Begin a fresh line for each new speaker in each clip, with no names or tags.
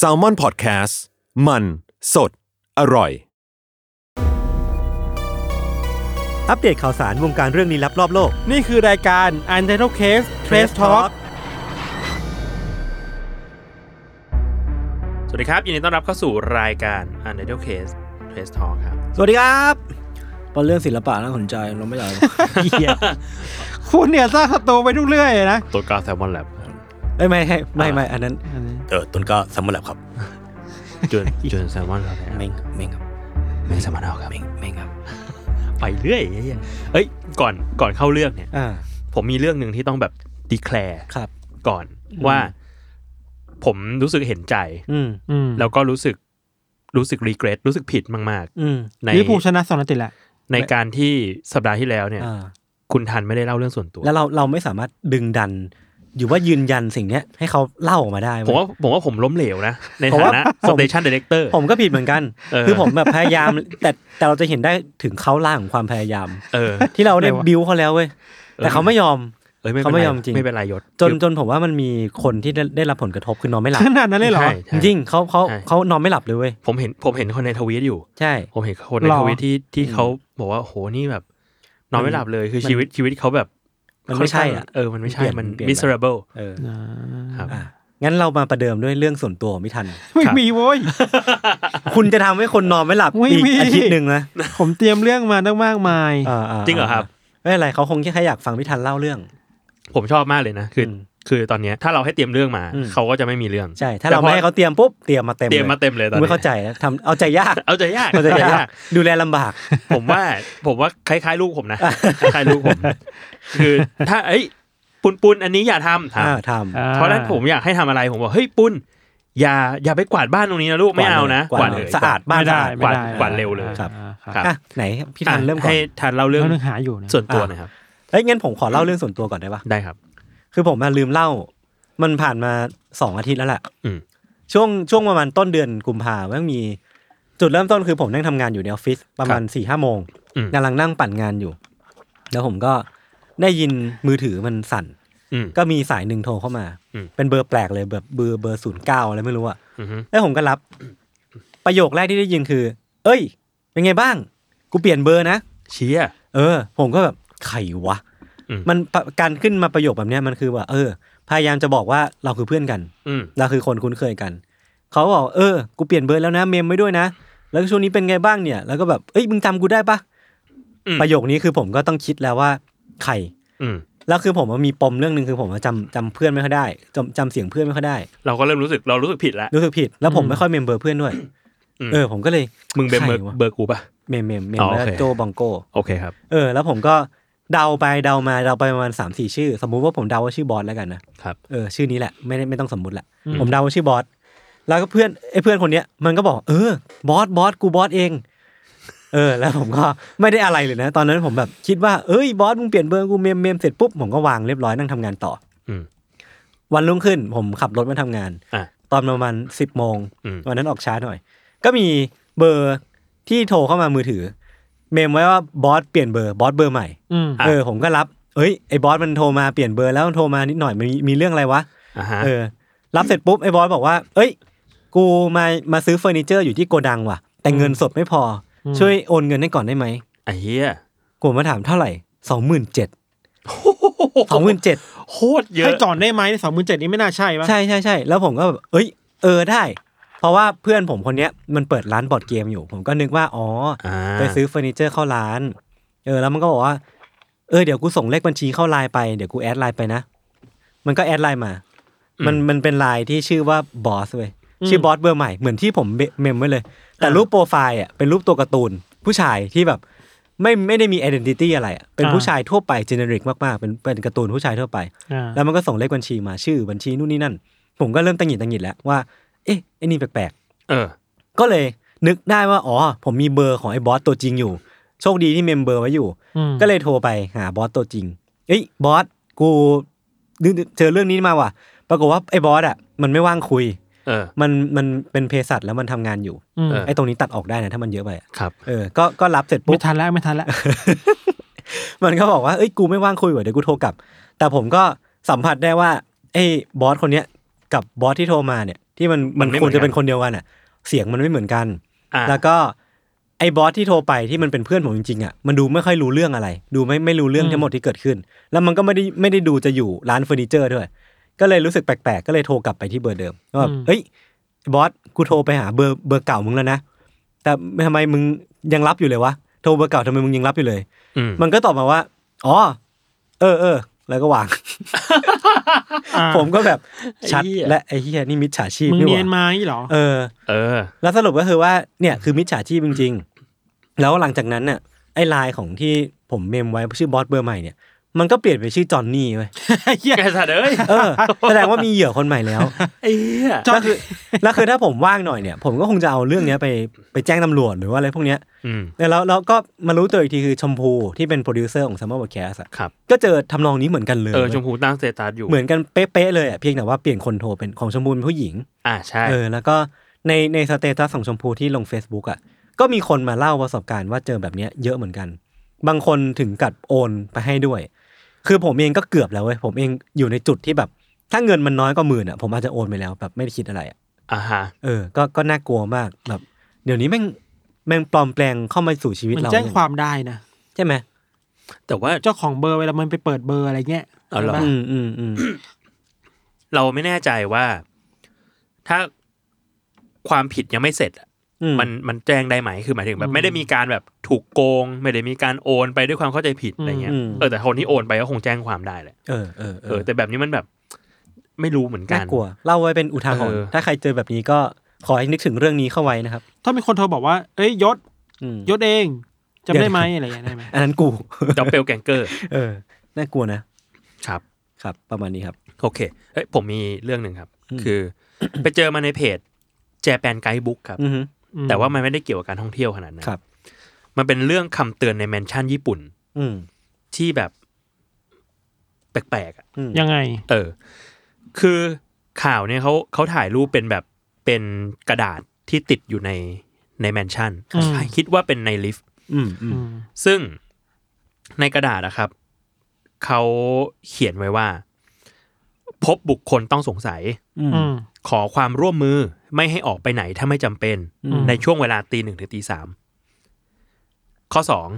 s a l m o n PODCAST มัน สด อร่อย
อัปเดตข่าวสารวงการเรื่องลี้ลับรอบโลก
นี่คือรายการ u n t i t l e d Case Trace Talk สวัสดีครับ ยินดีต้อนรับเข้าสู่รายการ u n t i t l e d Case Trace Talk ครับ
สวัสดีครับพอเรื่องศิลปะน่าสนใจเราไม่อยาก เหี้ย
คุณเนี่ยสร้างศัตรูไปทุกเรื่อยนะ ตัวกาแซลมอนแลบ
เอ้ยไม่ไม่ไม่ไม่อันนั้น
เออต้นก็สมรับครับ
จุนจุนแซลมอนครับ
เมงเมงครับ
เมงแซลมอนเอาครับ
เมงเมงครับ
ไปเรื่อยไอ้เหี้ยเอ้ย ก่อนก่อนเข้าเรื่องเนี่ย
อ่า
ผมมีเรื่องหนึ่งที่ต้องแบบดีแคลร์
ครับ
ก่อนว่า ผมรู้สึกเห็นใจ
อืมอืม
แล้วก็รู้สึกรู้สึกรีเกรสรู้สึกผิดมาก
อืม
ๆ ใน
ลิเวอร์พูลชนะสองนัดติดแหละ
ในการที่สัปดาห์ที่แล้วเนี่ย
อ่า
คุณทันไม่ได้เล่าเรื่องส่วนตัว
แล้วเราเราไม่สามารถดึงดัน อยู่ว่ายืนยันสิ่งเนี้ย ให้เขาเล่าออกมาได้ไห
ผมว่าผมว่าผมล้มเหลวนะ ใน
ผม
ฐา
ว่า
นะ
ผม
สเตชันดีเลกเตอร์
ผมก็ผิดเหมือนกัน
เออ
คือผมแบบพยายาม แต่แต่เราจะเห็นได้ถึงเขาล่างของความพยายาม
เออ
ที่เราได้
เออ
บิวเขาแล้วเว้ยแต่เขาไม่ยอม
เอ้ยไม่
เขา
เป็น
ไม่
ไร
ยอมจริง
ไม่เป็นไรยศ
จนจนผมว่ามันมีคนที่ได้ได้รับผลกระทบคือนอนไม่หลับ
ขนาดนั้นเลยเหรอ
ใช่
จ
ใช่
ริงๆเขาเขา
ใช่
เขานอนไม่หลับเลยเว้ย
ผมเห็นผมเห็นคนในทวีตอยู่
ใช่
ผมเห็นคนใน
หรอ
ทวีตที่ที่เขาบอกว่าโหนี่แบบ นอนไม่หลับเลยคือ
มัน
ชีวิตชีวิตเขาแบบ
มันไม่ใช่
ค่นข้าง
อะ
เออมันไม่ใช่
เปลี่ยน
มัน
เปลี่ยน
miserable
เออ
อ่า
ครับ
อ่ะงั้นเรามาประเดิมด้วยเรื่องส่วนตัวของพี่ทัน
ไม่
ครับ
มีโว้ย
คุณจะทำให้คนนอนไม่หลับ
ไม่
อีก
มี
อาทิตย์หนึ่งนะ
ผมเตรียมเรื่องมาตั้งมากมาย
อ่าๆ
จริงเหรอครับ
ไม่เป็นไรเขาคงแค่อยากฟังพี่ทันเล่าเรื่อง
ผมชอบมากเลยนะ คืออ
ม
คือตอนเนี้ยถ้าเราให้เตรียมเรื่องมา
อืม
เขาก็จะไม่มีเรื่อง
ใช่ ถ้าเราไม่ให้เขาเตรียมปุ๊บเตรียมมาเต็ม
เตรียมมาเต็มเลยตอน
ไม่
นี้ย
เข้าใจนะทำเอาใจยาก
เอาใจยาก
เอาใจยาก ดูแลลำบาก
ผมว่าผมว่าคล้ายๆลูกผมนะคล้ายๆลูกผม คือถ้าเอ้ยปุนปุนๆอันนี้อย่าทำทำ
อ่าท
เพราะฉะนั้นผมอยากให้ทำอะไรผมบอกเฮ้ยปุ้นอย่าอย่าไปกวาดบ้านตรงนี้นะลูกไม่เอานะ
กวาดเลยสะอาดบ้าน
ไม่ได้
สะอาด
ไม่ได้
กวาดเร็วเลย
อ่า
ครับ
ครับ
ำอ่ะไหนพี่ทันเริ่มก่อน
ให้ทันเล่าเรื่อง
เรื่องหาอยู่นะ
ส่วนตัวหนะครับ
เอ้ยงั้นผมขอเล่าเรื่องส่วนตัวก่อนได้ปะ
ได้ครับ
คือผมมาลืมเล่า มันผ่านมาสองอาทิตย์แล้วแหละ
อืม
ช่วงช่วงประมาณต้นเดือนกุมภาพันธ์มันมี จุดเริ่มต้นคือผมนั่งทำงานอยู่ในออฟฟิศประมาณสี่ห้าโมง
อืม
กำลังนั่งปั่นงานอยู่ แล้วผมก็ได้ยินมือถือมันสั่น
อืม
ก็มีสายหนึ่งโทรเข้ามา
อืม
เป็นเบอร์แปลกเลยแบบเบอร์เบอร์ศูนย์เก้าอะไรไม่รู้อะ
อือฮึ
แล้วผมก็รับ ประโยคแรกที่ได้ยินคือ เอ้ย เป็นไงบ้าง กูเปลี่ยนเบอร์นะ
เชีย
เออ ผมก็แบบใครวะ
อืม
มันปะการขึ้นมาประโยคแบบเนี้ยมันคือว่า เออ พยายามจะบอกว่าเราคือเพื่อนกัน
อืม
เราคือคนคุ้นเคยกัน เขาบอกเออ กูเปลี่ยนเบอร์แล้วนะ เมมไว้ด้วยนะ แล้วก็ช่วงนี้เป็นไงบ้างเนี่ย แล้วก็แบบ เอ้ย มึงจำกูได้ปะ
อืม
ประโยคนี้คือผมก็ต้องคิดแล้วว่าใคร
อืม
แล้วคือผมมันมีปมเรื่องหนึ่งคือผมจำจำเพื่อนไม่ค่อยได้จำจำเสียงเพื่อนไม่ค่อยได้
เราก็เริ่มรู้สึกเรารู้สึกผิดแล้ว
รู้สึกผิด แล้วผมไม่ค่อยเมมเบอร์เพื่อนด้วย
อืม
เออ ผมก็เลย
มึงเบอร์
ใคร
เบอร์
วะ
เบอร์กูป่ะ
เมมเมมเมม
อ๋อโอ
แล้ว
เค
โจบองโก
โอเคครับ
เออ แล้วผมก็เดาไปเดามาเดาไปประมาณสามสี่ชื่อ สมมุติว่าผมเดาว่าชื่อบอสแล้วกันนะครับ เออชื่อนี้แหละไม่ได้ไม่ต้องสมมุติแหละ
อืม
ผมเดาว่าชื่อบอสแล้วก็เพื่อนไอ้เพื่อนคนเนี้ยมันก็บอกเออบอสบอสกูบอสเอง เออ แล้วผมก็ไม่ได้อะไรเลยนะ ตอนนั้นผมแบบคิดว่าเอ้ยบอสมึงเปลี่ยนเบอร์กูเมมเมมเสร็จปุ๊บผมก็วางเรียบร้อยนั่งทำงานต่อ
อืม
วันรุ่งขึ้นผมขับรถมาทำงาน
อ่ะ
ตอนประมาณสิบโมง
อืม
วันนั้นออกช้าหน่อย ก็มีเบอร์ที่โทรเข้ามามือถือ เมมไว้ว่าบอสเปลี่ยนเบอร์บอสเบอร์ใหม่
อืม
อ่ะ
เออผมก็รับ เอ้ยไอ้บอสมันโทรมาเปลี่ยนเบอร์แล้วโทรมานิดหน่อยมันมีมีเรื่องอะไรวะ
อ่าฮะ
เออ รับเสร็จปุ๊บไอ้บอสบอกว่า เอ้ย กูมามาซื้อเฟอร์นิเจอร์อยู่ที่โกดังว่ะ แต่เงินสดไม่พออ
ม
ช่วยโอนเงินให้ก่อนได้ไหม
ไอ้เหี้ย
กูมาถามเท่าไหร่สองหมื่นเจ็ด สองหมื่นเจ็ด
โคตรเยอะ
ให้ก่อนได้ไหมสองหมื่นเจ็ดนี้ไม่น่าใช่ปะ
ใช่ใช่ใช่แล้วผมก็แบบเอ้ย เออได้ เพราะว่าเพื่อนผมคนเนี้ยมันเปิดร้านบอร์ดเกมอยู่ ผมก็นึกว่า อ๋อ
อ่า
อไปซื้อเฟอร์นิเจอร์เข้าร้าน เออ แล้วมันก็บอกว่า เออเดี๋ยวกูส่งเลขบัญชีเข้าไลน์ไป เดี๋ยวกูแอดไลน์ไปนะ มันก็แอดไลน์มา มันมันเป็นไลน์ที่ชื่อว่าบอสเว้ยชื่อบอสเบอร์ใหม่เหมือนที่ผมเบเมมไว้เลย แต่รูปโปรไฟล์อ่ะเป็นรูปตัวการ์ตูน ผู้ชายที่แบบไม่ไม่ได้มี i d ด n ติตี้อะไรอ่ะเป็นผู้ชายทั่วไปเจเนริกมากๆเป็นเป็นการ์ตูนผู้ชายทั่วไป
อ่า
แล้วมันก็ส่งเลขบัญชีมาชื่อบัญชีนู่นนี่นั่น ผ ผมก็เริ่มตังหงิดตังหงิดแล้วว่า เอ๊ะไอ้นี่แปลก
เออ
ๆ ก็เลยนึกได้ว่าอ๋อผมมีเบอร์ของไอ้บอสตัวจริงอยู่ โชคดีที่เมมเบอร์ไว้อยู่
อืม
ก็เลยโทรไปหาบอสตัวจริง เอ้ยบอสกูนึกเจอเรื่องนี้มาว่ะ ปรากฏว่าไอ้บอสอ่ะมันไม่ว่างคุย
เออ
มันมันเป็นเภสัชแล้วมันทำงานอยู่
อืม
เออ
ไอ้ตรงนี้ตัดออกได้นะถ้ามันเยอะไปอะ
ครับ
เออ ก็ก็รับเสร็จปุ๊
ไม่
บ
ทันแล้วไม่ทันแล้ว
มันก็บอกว่า เอ้ย กูไม่ว่างคุยว่ะเดี๋ยวกูโทรกลับ แต่ผมก็สัมผัสได้ว่าไอ้บอสคนเนี้ยกับบอสที่โทรมาเนี่ย ที่มัน
มั
มัน น
ไม่เห
ค
มือ
วร
นกัน
จะเป็นคนเดียวกันอ่ะ เสียงมันไม่เหมือนกัน
อ่า
แล้วก็ไอ้บอสที่โทรไปที่มันเป็นเพื่อนผมจริงๆอ่ะมันดูไม่ค่อยรู้เรื่องอะไร ดูไม่ไม่รู้เรื่อง
อืม
ทั้งหมดที่เกิดขึ้น แล้วมันก็ไม่ได้ไม่ได้ดูจะอยู่ร้านเฟอร์นิเจอร์ด้วย ก็เลยรู้สึกแปลกๆ ก็เลยโทรกลับไปที่เบอร์เดิมว่าแบบเฮ้ยบอสกูโทรไปหาเบอร์เบอร์เก่ามึงแล้วนะแต่ทำไมมึงยังรับอยู่เลยวะโทรเบอร์เก่าทำไมมึงยังรับอยู่เลย
อืม
มันก็ตอบมาว่า อ๋อ เออเออ แล้วก็วาง
อ่า
ผมก็แบบชัด
ไอ้เหี้ย
และไอ้เฮียนี่มิจฉาชีพ
มึง
นี่ห
เนีย
ว่าน
มาอย่างนี้เหรอ
เออ
เออ
แล้วสรุปก็คือว่า เนี่ยคือมิจฉาชีพจริง ๆ แล้วหลังจากนั้นน่ะ ไอ้ไลน์ของที่ผมเมมไว้ชื่อบอสเบอร์ใหม่เนี่ย มันก็เปลี่ยนไปชื่อจอห์นนี่เว้ย
เหี้ย
แกสัตว์เอ้ย
เออ แสดงว่ามีเหยื่อคนใหม่แล้ว
ไอ้เหี้ย
แล้วคือแล้วคือถ้าผมว่างหน่อยเนี่ย ผมก็คงจะเอาเรื่องเนี้ยไปไปแจ้งตำรวจหรือว่าอะไรพวกเนี้ย
อืม
แล้วแล้วก็มารู้ตัวอีกทีคือชมพูที่เป็นโปรดิวเซอร์ของ Summer Podcast อะ
ครับ
ก็เจอทำนองนี้เหมือนกันเลย
เออ
ว้ย
ชมพูตั้งสเตตัสอยู่
เหมือนกันเป๊ะๆเลยอ่ะเพียงแต่ว่าเปลี่ยนคนโทรเป็นของชมพูเป็นผู้หญิง
อ่าใช่
เออแล้วก็ในในสเตตัสของชมพูที่ลง Facebook อ่ะก็มีคนมาเล่าประสบการณ์ว่าเจอแบบเนี้ยเยอะเหมือนกัน บางคนถึงกับโอนไปให้ด้วย คือผมเองก็เกือบแล้วเว้ยผมเองอยู่ในจุดที่แบบ ถ้าเงินมันน้อยกว่าหมื่นอ่ะผมอาจจะโอนไปแล้วแบบไม่ได้คิดอะไรอ่ะ
อ่าฮะ
เออก็ก็น่ากลัวมากแบบ เดี๋ยวนี้แม่งแม่งปลอมแปลงเข้ามาสู่ชีวิต
มัน
เรา
แจ้งความได้นะ
ใช่ไหม
แต่ว่า
เจ้าของเบอร์เวลามันไปเปิดเบอร์อะไรเงี้ย
เอาเหรอ
ใช่ปะ
อืมอืมอืม
เราไม่แน่ใจว่า ถ้าความผิดยังไม่เสร็จอะ
อื
มันมันแจ้งได้ไหมคือหมายถึงแบบ ไม่ได้มีการแบบถูกโกง ไม่ได้มีการโอนไปด้วยความเข้าใจผิดอะไรเงี้ยเออแต่คนที่โอนไปก็คงแจ้งความได้แหละ
เออเออเอ
เออ
อ
แต่แบบนี้มันแบบ ไม่รู้เหมือนกัน
น่ากลัวเล่าไว้เป็นอุทาหร
เอ
ณ์
อ
ถ้าใครเจอแบบนี้ก็ขอให้นึกถึงเรื่องนี้เข้าไว้นะครับ
ถ้ามีคนโทรบอกว่า เอ้ยยศ
อืม
ยศเองจำได้ไหมอะไรอย่างเงี้ยได้ไหม
อันนั้นกู
ดอปเปลแกงเกอร์
เออน่ากลัวนะครับ ครับ ประมาณนี้ครับ
โอเคเอ้ยผมมีเรื่องหนึ่งครับ
อืม
คือ ไปเจอมาในเพจแจแปนไกด์บุ๊กครับ
อือฮึ
อืม
แต่ว่ามันไม่ได้เกี่ยวกับการท่องเที่ยวขนาดนั้น
ครับ
มันเป็นเรื่องคำเตือนในแมนชั่นญี่ปุ่น
อืม
ที่แบบแปลกๆอะ
อืม
ยังไง
เออ คือข่าวเนี่ยเขาเขาถ่ายรูปเป็นแบบเป็นกระดาษที่ติดอยู่ในในแมนชั่น
อืม
คิดว่าเป็นในลิฟต์
อืมอืม
อืม
ซึ่งในกระดาษนะครับเขาเขียนไว้ว่า พบบุคคลต้องสงสัย
อืม
อืม
ขอความร่วมมือไม่ให้ออกไปไหนถ้าไม่จำเป็น
อืม
ในช่วงเวลาตีหนึ่งถึงตีสามข้อสอง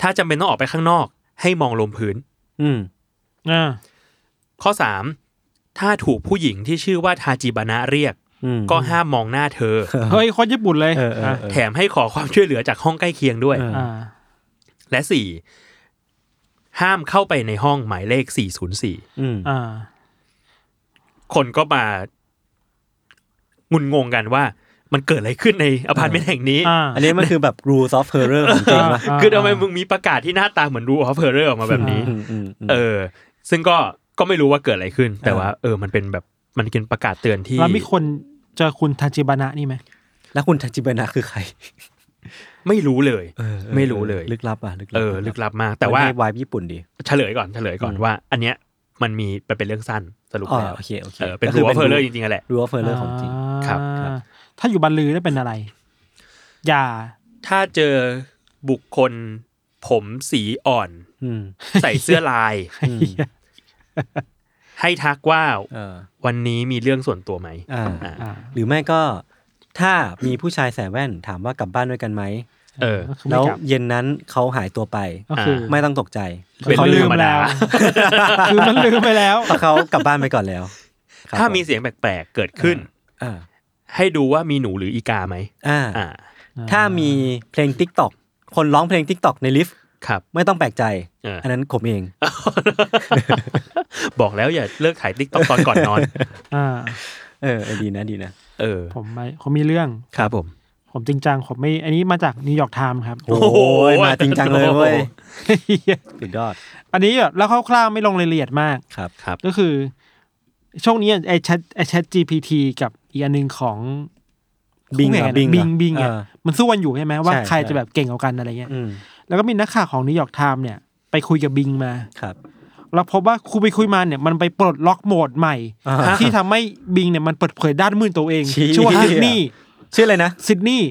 ถ้าจำเป็นต้องออกไปข้างนอก ให้มองลงพื้น
อืม
อ่า
ข้อสามถ้าถูกผู้หญิงที่ชื่อว่าทาจิบานะเรียก
อืม
ก็ห้ามมองหน้าเธอ
เฮ้ยคนญี่ปุ่นเลย
เออเออเออ
แถมให้ขอความช่วยเหลือจากห้องใกล้เคียงด้วย
เออ
อ่า
และสี่ห้ามเข้าไปในห้องหมายเลข 404
อืม
อ่า
คนก็มางุนงงกันว่า มันเกิดอะไรขึ้นในอพาร์ตเมนต์แห่งนี้
อันนี้มันคือแบบ rules of horror ของจริงป่ะ
อ่า
คือทำไมมึงมีประกาศที่หน้าตาเหมือนรูออฟเฟอร์เรอร์ออกมาแบบนี้
อืมอืมอืม
เออ ซึ่งก็ก็ไม่รู้ว่าเกิดอะไรขึ้น แต่
อ่า
ว่า เออ มันเป็นแบบมันเป็นประกาศเตือนที่
แล้วมีคนเจอคุณทาจิบานะนี่ไหม
แล้วคุณทัจิบานะคือใคร
ไม่รู้เลย
เออเออ
ไม่รู้เลย
ลึกลับอ่ะลึกลั
เออ ลึกลับมาก แต่ว่า
ให้วายญี่ปุ่นดี
เฉลยก่อนเฉลยก่อน
อืม
ว่า อันเนี้ยมันมีมันเป็นเรื่องสั้นสรุป
อ๋อ
แล้ว
โอเคโอเค
เออเป็นรูออฟเฟอร์เรอร์จริงๆอะแหละ
รูออฟเฟอร์เรอร์ของจริง
ครับ
ครับ
ถ้าอยู่บันลือได้เป็นอะไร อย่า
ถ้าเจอบุคคลผมสีอ่ อน
อืม
ใส่เสื้อลาย
อืม
ให้ทักว่า
เออ
วันนี้มีเรื่องส่วนตัวไหม
อ่า
อ่า
อ่า
หรือไม่ก็ถ้ามีผู้ชายใส่แว่นถามว่ากลับบ้านด้วยกันไหม
เออ
ก็คือ
แล้
ไม่
ว
กลับ
เย็นนั้นเขาหายตัวไป
ก็คือ
ไม่ต้องตกใจ
เป็น
เขาลื
เรื่องธ
ม
รรมดา
แล้วคือมันลืมไปแล้ว
เพราะเขากลับบ้านไปก่อนแล้วครับ
ถ้ามีเสียงแปลกๆเกิดขึ้น
อ่า
ให้ดูว่ามีหนูหรืออีกาไหม
อ่า
อ่า
ถ้ามีเพลงทิกตอกคนร้องเพลงทิกตอกในลิฟต์
ครับ
ไม่ต้องแปลกใจ
เอออั
อันนั้นผมเอง
บอกแล้วอย่าเลิกถ่ายติ๊กตอกตอนก่อนนอน
อ่า
เออเออดีนะดีนะ
เออ
ผมไม่ผมมีเรื่อง
ครับผม
ผมจริงจังผมไม่อันนี้มาจากนิวยอร์กไทม์ครับ
โอ้ ยมาจริงจังเลยเว้ยสุดยอด
อันนี้แบบแล้วคร่าวๆไม่ลงรายละเอียดมาก
ครับ
ครับ
ก็คือ ช่วงนี้ไอ้แชทไอ้แชท GPT กับอีกอันหนึ่งของ
บิง
ของไหน
อะ
นะ
บิง
บิง
อะ
บิงอะ
เออ
มันสู้กันอยู่ใช่ไหมว่า
ใช่
ใคร
ใช่
จะแบบเก่งกว่ากันอะไรเงี้ย
อืม
แล้วก็มีนักข่าวของนิวยอร์กไทม์เนี่ย ไปคุยกับบิงมา
ครับ
เราพบว่าคุยไปคุยมาเนี่ยมันไปปลดล็อกโหมดใหม่
อ่า
ที่ทำให้บิงเนี่ยมันเปิดเผยด้านมืดตัวเอง
ชี้
ชื่อว่าซิดนีย์
ชื่ออะไรนะ
ซิดนีย์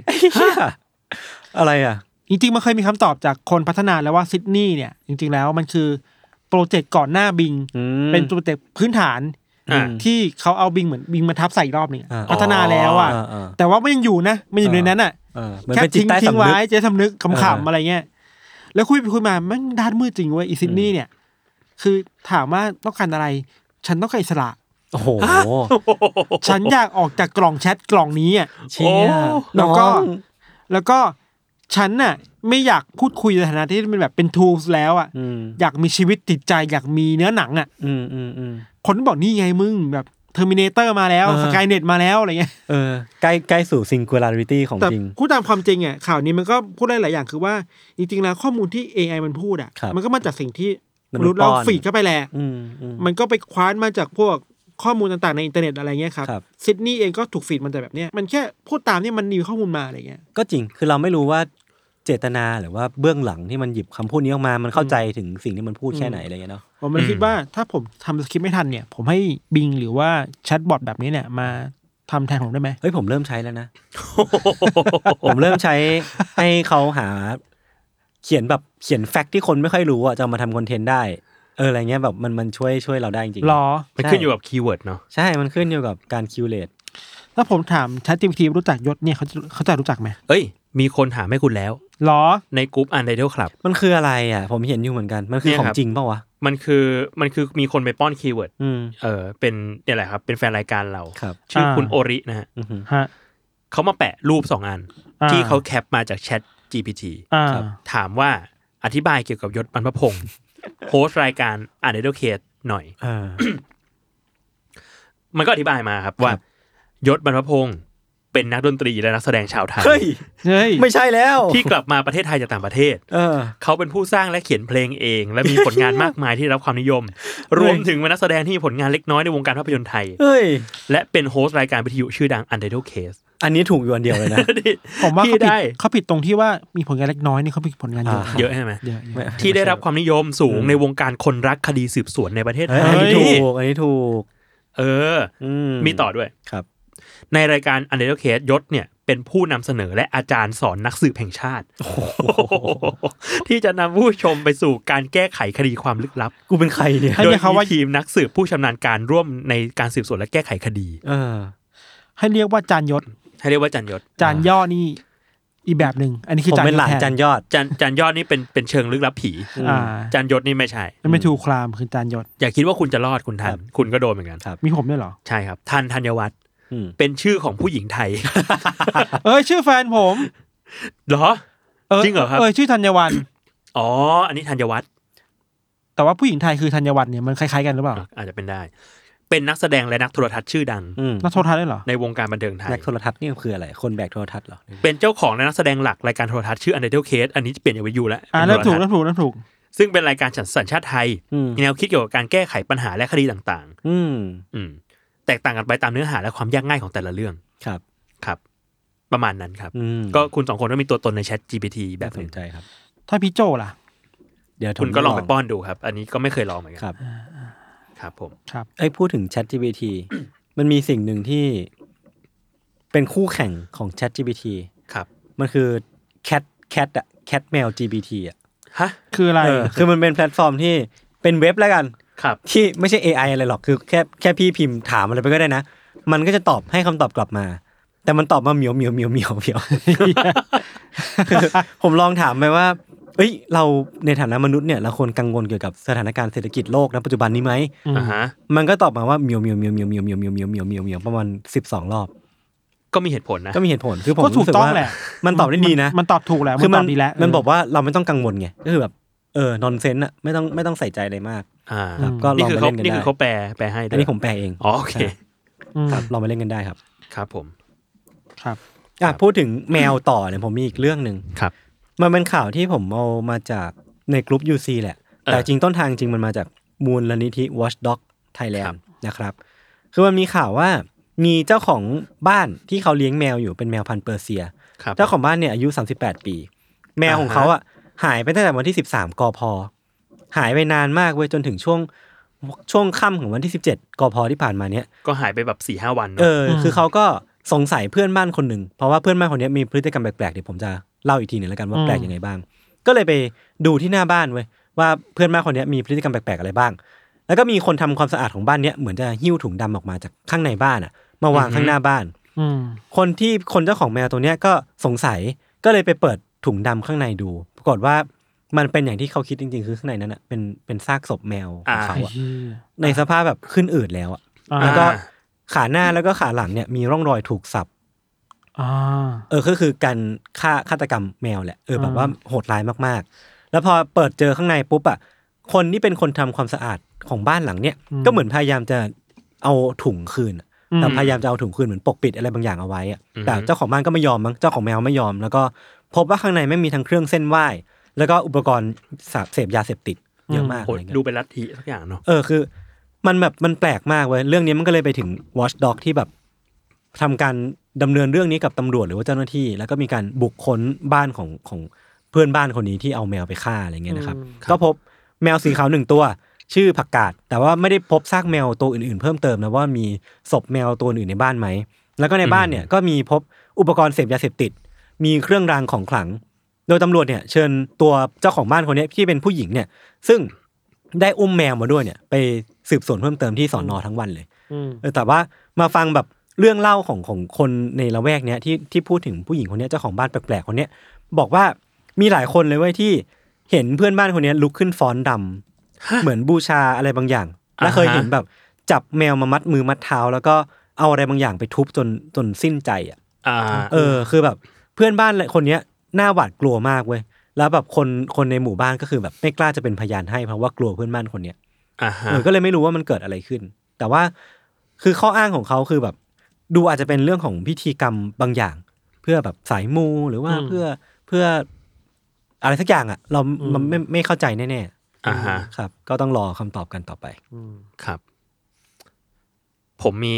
อะไรอ่ะ
จริงๆมันเคยมีคำตอบจากคนพัฒนาแล้วว่าซิดนีย์เนี่ยจริงๆแล้วมันคือโปรเจกต์ก่อนหน้าบิง
อืม
เป็นโปรเจกต์พื้นฐาน
อ่า
ที่เขาเอาบิงเหมือนบิงมาทับใส่อีกรอบหนึ่งอะ
อ่า
พัฒนาแล้วอ่ะ
อ่าอ่า
แต่ว่ามันยังอยู่นะมันอยู่ในนั้นอ่ะ
เออเหมือน
แค่
เป็นจิ
ทิ้
ต
ง
ใต้
ทิ้ง
สำนึก
ไว้เจะสำนึกข
เออ
ำๆอะไรเงี้ยแล้วคุยไปคุยมาแม่งด้านมืดจริงเว้ยอีซิดนีย์เนี่ย คือถามว่าต้องการอะไร ฉันต้องการอิสระ
โอ้โห
ฉันอยากออกจากกล่องแชทกล่องนี้อ่ะ
เชี่ย
แล้วก็
น้อง
แล้วก็ฉันน่ะไม่อยากพูดคุยในฐานะที่เป็นแบบเป็น tools แล้วอ่ะ
อืม
อยากมีชีวิตติดใจอยากมีเนื้อหนังอ่ะ
อืมอืมอืม
คนบอกนี่ไงมึงแบบเทอร์มินเตอร์มาแล้ว
อ่า
สกายเน็ตมาแล้วอะไรเงี้ย
เออใกล้ใกล้สู่ซิงคูลาริตี้ของ
แต่
จริง
พูดตามความจริงอ่ะข่าวนี้มันก็พูดได้หลายอย่างคือว่า จริงๆแล้วข้อมูลที่ AI มันพูดอ่ะ
ครับ
มันก็มาจากสิ่งที่
ม
ม
นุ
นุ
ษ
ษ
ย์
ย์เรา
ป้อน
ฝีดเข้าไปแหละ
อืมอืม
มันก็ไปคว้านมาจากพวกข้อมูลต่างๆในอินเทอร์เน็ตอะไรเงี้ยครับ
ครับ
ซิดนีย์เองก็ถูกฟีดมันแต่แบบเนี้ยมันแค่พูดตามเนี่ยมันมีข้อมูลมาอะไรเงี้ย
ก็จริง คือเราไม่รู้ว่าเจตนาหรือว่าเบื้องหลังที่มันหยิบคำพูดนี้ออกมา มันเข้าใจถึงสิ่งที่มันพูดแค่ไหนอะไรอย่างเงี้ยเนาะ
ผมมัน
อืม
คิดว่าถ้าผมทำสคริปต์ไม่ทันเนี่ย ผมให้บิงหรือว่าแชทบอทแบบนี้เนี่ย มาทำแทนผมได้ไหม
เฮ้ยผมเริ่มใช้แล้ว นะ ผมเริ่มใช้ให้เขาหา เขียนแบบเขียนแฟกต์ที่คนไม่ค่อยรู้อ่ะจะเอามาทำคอนเทนต์ได้ เอออะไรเงี้ยแบบมันมันช่วยช่วยเราได้จริงๆ
รอ
มันขึ้นอยู่กับคีย์เวิร์ดเนาะ
ใช่ มันขึ้นอยู่กับการคิวเลต
ถ้าผมถามแชท GPT รู้จักยศเนี่ยเขาจะเขาจะรู้จักไหม
เอ้ย มีคนถามให้คุณแล้ว
หรอ
ในกลุ่มอันไดเทลคลับ
มันคืออะไรอ่ะ ผมเห็นอยู่เหมือนกัน มันคือ
เนี่ย
ของ
ครับ
จริงเปล่าวะ
มันคือมันคือมีคนไปป้อนคีย์เวิร์ด
อืม
เออเป็นเนี่ยแหละครับ เป็นแฟนรายการเรา
ครับ
ชื่ออา คุณโอรินะฮะ
อือหือ
ฮะ
เขามาแปะรูปสองอัน
อ่
ที่เขาแคปมาจากแชท GPT
อ่า
ครับ
ถามว่าอธิบายเกี่ยวกับยศบรรพพ งศ์ โฮสต์รายการอ่านเดลเคสหน่อย
อ่า
มันก็อธิบายมาครับว่า
ครับ
ยศบรรพพงศ์เป็นนักดนตรีและนักแสดงชาวไทย
เฮ้ย
เฮ้ย
ไม่ใช่แล้ว
ที่กลับมาประเทศไทยจากต่างประเทศ
เออ
เขาเป็นผู้สร้างและเขียนเพลงเอง และมีผลงานมากมายที่ได้รับความนิยม รวมถึงเป็นนักแสดงที่มีผลงานเล็กน้อยในวงการภาพยนตร์ไทย
เฮ้ย
และเป็นโฮสต์รายการวิทยุชื่อดัง Untitled Case
อันนี้ถูกอยู่อันเดียวเลยนะ
ที่
ผมว่า
ที่
เขาผิด
ได้
เขาผิดตรงที่ว่ามีผลงานเล็กน้อยนี่เขาผิดผลงานเยอะ
อ่า
เยอะใช่ไหม
เยอะเยอะ
ไม่
ที่ได้รับความนิยมสูงในวงการคนรักคดีสืบสวนในประเทศไท
เฮ้
ย
ยอันนี้ถู
นี่
ก อันนี้ถูก
เออ
อื
มีต่อด้วย
ครับ
ในรายการ Untitled Case ยศเนี่ยเป็นผู้นำเสนอและอาจารย์สอนนักสืบแห่งชาติ ที่จะนำผู้ชมไปสู่การแก้ไขคดีความลึกลับ
กูเป็นใครเนี่ย
ให้
โด
ไหม
ย
ครับ
มี
ว่า
ทีมนักสืบผู้ชำนาญการร่วมในการสืบสวนและแก้ไขคดี
เออ
ให้เรียกว่าจานยศ
ให้เรียกว่าจันยศ
จานย่อนี่อีกแบบหนึ่งอันนี้คือ
ผม
จาน
เป็นหลาน
แท
จันยอด
จันจันยอดนี่เป็นเป็นเชิงลึกลับผี
อ่า
จันยศนี่ไม่ใช่
มันไม่ถูกคลามคือจานยศ
อย่าคิดว่าคุณจะรอดคุณทัน คุณก็โดนเหมือนกัน
ครับ
มีผมด้วยเหรอ
ใช่ครับ ทันธัญวัฒน์
อืม
เป็นชื่อของผู้หญิงไทย
เอ้ยชื่อแฟนผม
เหรอ
ย
จริงเหรอครับ
เอ้ยชื่อธัญวัน
อ๋อ อันนี้ธัญวัฒน์
แต่ว่าผู้หญิงไทยคือธัญวัฒน์เนี่ยมันคล้ายๆกันหรือเปล่า
อ่ะอาจจะเป็นได้ เป็นนักแสดงและนักโทรทัศน์ชื่อดัง
อืม
นักโทษทัศน์ได้วยเหรอ
ในวงการบันเทิงไทย
แบกโทรทัศน์นี่คืออะไร คนแบกโทรทัศน์เหรอ
เป็นเจ้าของและนักแสดงหลักรายการโทรทัศน์ชื่อ Untitled Case อันนี้เปลี่ยนจากวิทยุแล้ว
อ่า
เป็น
เริ่ม
โท
ถูก
รทัศน์
เริ่มถูกเริ่มถูก
ซึ่งเป็นรายการสัญชาติไทย
อืม
แนวคิดเกี่ยวกับการแก้ไขปัญหาและคดีต่าง
อืม
ๆ อืม แตกต่างกันไปตามเนื้อหาและความยากง่ายของแต่ละเรื่อง
ครับ
ครับ ประมาณนั้นครับ
อืม
ก็คุณสองคนก็มีตัวตนในแชท GPT แบบ
ส
หนึ
น
ง
ใจครับ
ถ้าพี่โจล่ะ
เดี๋ยว
คุณก็ลองไป
อ
ป้อนดูครับ อันนี้ก็ไม่เคยลองเหมือนกัน
ครับ
ครับผม
ครับ
เอ้ยพูดถึง Chat GPT มันมีสิ่งหนึ่งที่ เป็นคู่แข่งของ Chat GPT
ครับ
มันคือ Cat Cat อะ Cat แมว GPT อะ
ฮะ
คืออะไร
เออคือมันเป็นแพลตฟอร์มที่เป็นเว็บแล้วกัน
ครับ
ที่ไม่ใช่ AI อะไรหรอก คือแค่แค่พี่พิมพ์ถามอะไรไปก็ได้นะ มันก็จะตอบให้คำตอบกลับมา แต่มันตอบมาเหมียวเหมียวเหมียวเหมียวเหมียว ผมลองถามไปว่า เอ้ย เราในฐานะมนุษย์เนี่ยเราควรกังวลเกี่ยวกับสถานการณ์เศรษฐกิจโลกณปัจจุบันนี้ไหม
อืม
อ่าฮะ
มันก็ตอบมาว่าเหมียวเหมียวเหมียวเหมียวเหมียวเหมียวเหมียวเหมียวเหมียวเหมียวเหมียวประมาณสิบสองรอบ
ก็มีเหตุผลนะ
ก็มีเหตุผล คือผม
ก็ถูก
รู้สึ
ต้อง
ว่า
แหละ
มันตอบได้ดีนะ
มัมันตอบถูกแหละ
คือ
มันต
มั
อบดีแล้ว
มันบอกว่าเราไม่ต้องกังวลไง ก็คือแบบ เออ นอนเซนต์อะไม่ต้องไม่ต้องใส่ใจอะไรมาก
อ่า
ครับ ก็ล
นี่
อง
คือ
ไป
เขา
เล่นกัน
นี่คื
ได้
อเขาแปลแปลให้ด้ว
อัน
ย
นี้ผมแปลเอง
อ๋อโอเค
อืม
ครับลองไปเล่นกันได้ครับ
ครับผม
ครับ
อ่ะพูดถึงแมวต่อเนี่ยผมมีอีกเรื่องหนึ่ง
ครับ
มันเป็นข่าวที่ผมเอามาจากในกลุ่ม UC แหละ แต่จริงต้นทางจริงมันมาจากมูลนิธิ Watchdog
ครั
Thailand
บ
นะครับ คือมันมีข่าวว่ามีเจ้าของบ้านที่เขาเลี้ยงแมวอยู่เป็นแมวพันธุ์เปอร์เซีย
ครับ
เจ้าของบ้านเนี่ยอายุ 38 ปี แมวของเขาอ่ะหายไปตั้งแต่วันที่ 13กพหายไปนานมากเว้ยจนถึงช่วงช่วงค่ำของวันที่ 17กพที่ผ่านมาเนี่ย
ก็หายไปแบบสี่ห้าวันเน
เอ
อะ
อคือเขาก็สงสัยเพื่อนบ้านคนหนึ่งเพราะว่าเพื่อนบ้านคนเนี้ยมีพฤติกรรมแปลกๆเดี๋ยวผมจะเล่าอีกทีหนึ่งแล้วกันว่า
อืม
แปลกยังไงบ้าง ก็เลยไปดูที่หน้าบ้านเว้ยว่าเพื่อนบ้านคนเนี้ยมีพฤติกรรมแปลกๆอะไรบ้าง แล้วก็มีคนทำความสะอาดของบ้านเนี้ยเหมือนจะหิ้วถุงดำออกมาจากข้างในบ้านอ่ะ มาวางข้างหน้าบ้าน
อืม
คนที่คนเจ้าของแมวตัวเนี้ยก็สงสัยก็เลยไปเปิดถุงดำข้างในดู ปรากฏว่ามันเป็นอย่างที่เขาคิดจริงๆ คือข้างในนั้นอ่ะเป็นเป็นซากศพแมวของเขาอะในสภาพแบบขึ้นอืดแล้วอ่ะ
อ่า
แล้วก็ขาหน้าแล้วก็ขาหลังเนี่ยมีร่องรอยถูกสับ
อ่า
เออก็คือการฆ่าฆาตกรรมแมวแหละเออแบบ
อ่า
ว่าโหดร้ายมากๆ แล้วพอเปิดเจอข้างในปุ๊บอ่ะคนที่เป็นคนทำความสะอาดของบ้านหลังเนี่ยก็เหมือนพยายามจะเอาถุงคืนอะ แต่พยายามจะเอาถุงคืนเหมือนปกปิดอะไรบางอย่างเอาไว้อะแต่เจ้าของบ้านก็ไม่ยอมมั้งเจ้าของแมวไม่ยอม แล้วก็พบว่าข้างในไม่มีทั้งเครื่องเส้นไหว้ แล้วก็อุปกรณ์สาเสพยาเสพติดเยอะมาก
โห
อะไรเงี้ย
ดูเป็นลัทธิสักอย่างเนอะ
เออคือ มันแบบมันแปลกมากเว้ยเรื่องนี้มันก็เลยไปถึง Watchdog ที่แบบทำการดำเนินเรื่องนี้กับตำรวจหรือว่าเจ้าหน้าที่ แล้วก็มีการบุกค้นบ้านของของเพื่อนบ้านคนนี้ที่เอาแมวไปฆ่าอะไรเงี้ยนะครับ ก็พบแมวสีขาวหนึ่งตัว ชื่อผักกาดแต่ว่าไม่ได้พบซากแมวตัวอื่นๆ เพิ่มเติมนะว่ามีศพแมวตัวอื่นในบ้านไหม แล้วก็ในบ้านเนี่ยก็มีพบอุปกรณ์เสพยาเสพติด มีเครื่องรางของขลัง โดยตำรวจเนี่ยเชิญตัวเจ้าของบ้านคนเนี้ยที่เป็นผู้หญิงเนี่ย ซึ่งได้อุ้มแมวมาด้วยเนี่ย ไปสืบสวนเพิ่มเติมที่สอนอทั้งวันเลยเออแต่ว่ามาฟังแบบเรื่องเล่าของของคนในละแวกเนี้ยที่ที่พูดถึงผู้หญิงคนเนี้ยเจ้าของบ้านแปลกๆคนเนี้ยบอกว่ามีหลายคนเลยเว้ยที่เห็นเพื่อนบ้านคนเนี้ยลุกขึ้นฟ้อนดำ เหมือนบูชาอะไรบางอย่าง และเคยเห็นแบบจับแมวมามัดมือมัดเท้า แล้วก็เอาอะไรบางอย่างไปทุบจนจนสิ้นใจอ่ะ
อ่า
เออคือแบบเพื่อนบ้านคนเนี้ยหน้าหวาดกลัวมากเว้ยแล้วแบบคนคนในหมู่บ้านก็คือแบบไม่กล้าจะเป็นพยานให้เพราะว่ากลัวเพื่อนบ้านคนเนี้ย
อ่าฮะ
เออก็เลยไม่รู้ว่ามันเกิดอะไรขึ้น แต่ว่าคือข้ออ้างของเขาคือแบบ ดูอาจจะเป็นเรื่องของพิธีกรรมบางอย่าง เพื่อแบบสายมูหรือว่าเพื่อเพื่ออะไรสักอย่างอ่ะ เรามันไม่ไม่เข้าใจแน่
อ่าฮะ
ๆครับ ก็ต้องรอคำตอบกันต่อไป
ครับ ผมมี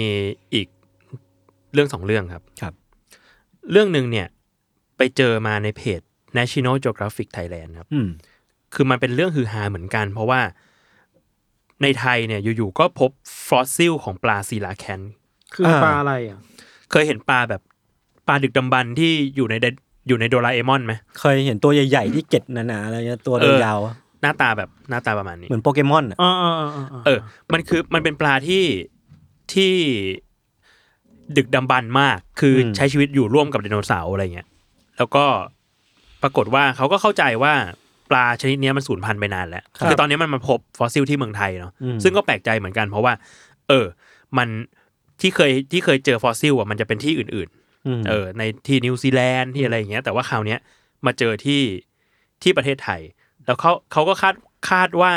อีกเรื่องสองเรื่องครับ
ครับ
เรื่องหนึ่งเนี่ย ไปเจอมาในเพจ National Geographic Thailand ครับ
อืม
คือมันเป็นเรื่องฮือฮาเหมือนกัน เพราะว่าในไทยเนี่ยอยู่ๆก็พบฟอสซิลของปลาซีลาแคน
คือปลาอะไรอ่ะ
เคยเห็นปลาแบบปลาดึกดำบรรพ์ที่อยู่ในไดอยู่ในโดราเอมอนไหม
เคยเห็นตัวใหญ่ๆที่เกล็ดหนาๆอะไรเงี้ยตัว
เออ
ยาวๆอะ
หน้าตาแบบหน้าตาประมาณนี้
เหมือนโปเกมอนอ่ะ
อ่าอ่าอ่าอ่า
เออ มันคือมันเป็นปลาที่ที่ดึกดำบรรพ์มาก คือใช้ชีวิตอยู่ร่วมกับไดโนเสาร์อะไรเงี้ย แล้วก็ปรากฏว่าเขาก็เข้าใจว่าปลาชนิดเนี้ยมันสูญพันธุ์ไปนานแล้วคือตอนนี้มันมาพบฟอสซิลที่เมืองไทยเนาะ ซึ่งก็แปลกใจเหมือนกัน เพราะว่า เออ มันที่เคยที่เคยเจอฟอสซิลอ่ะมันจะเป็นที่อื่น ๆ
ม
เออในที่นิวซีแลนด์ที่อะไรอย่างเงี้ยแต่ว่าคราวเนี้ยมาเจอที่ที่ประเทศไทย แล้วเขาเขาก็คาดคาดว่า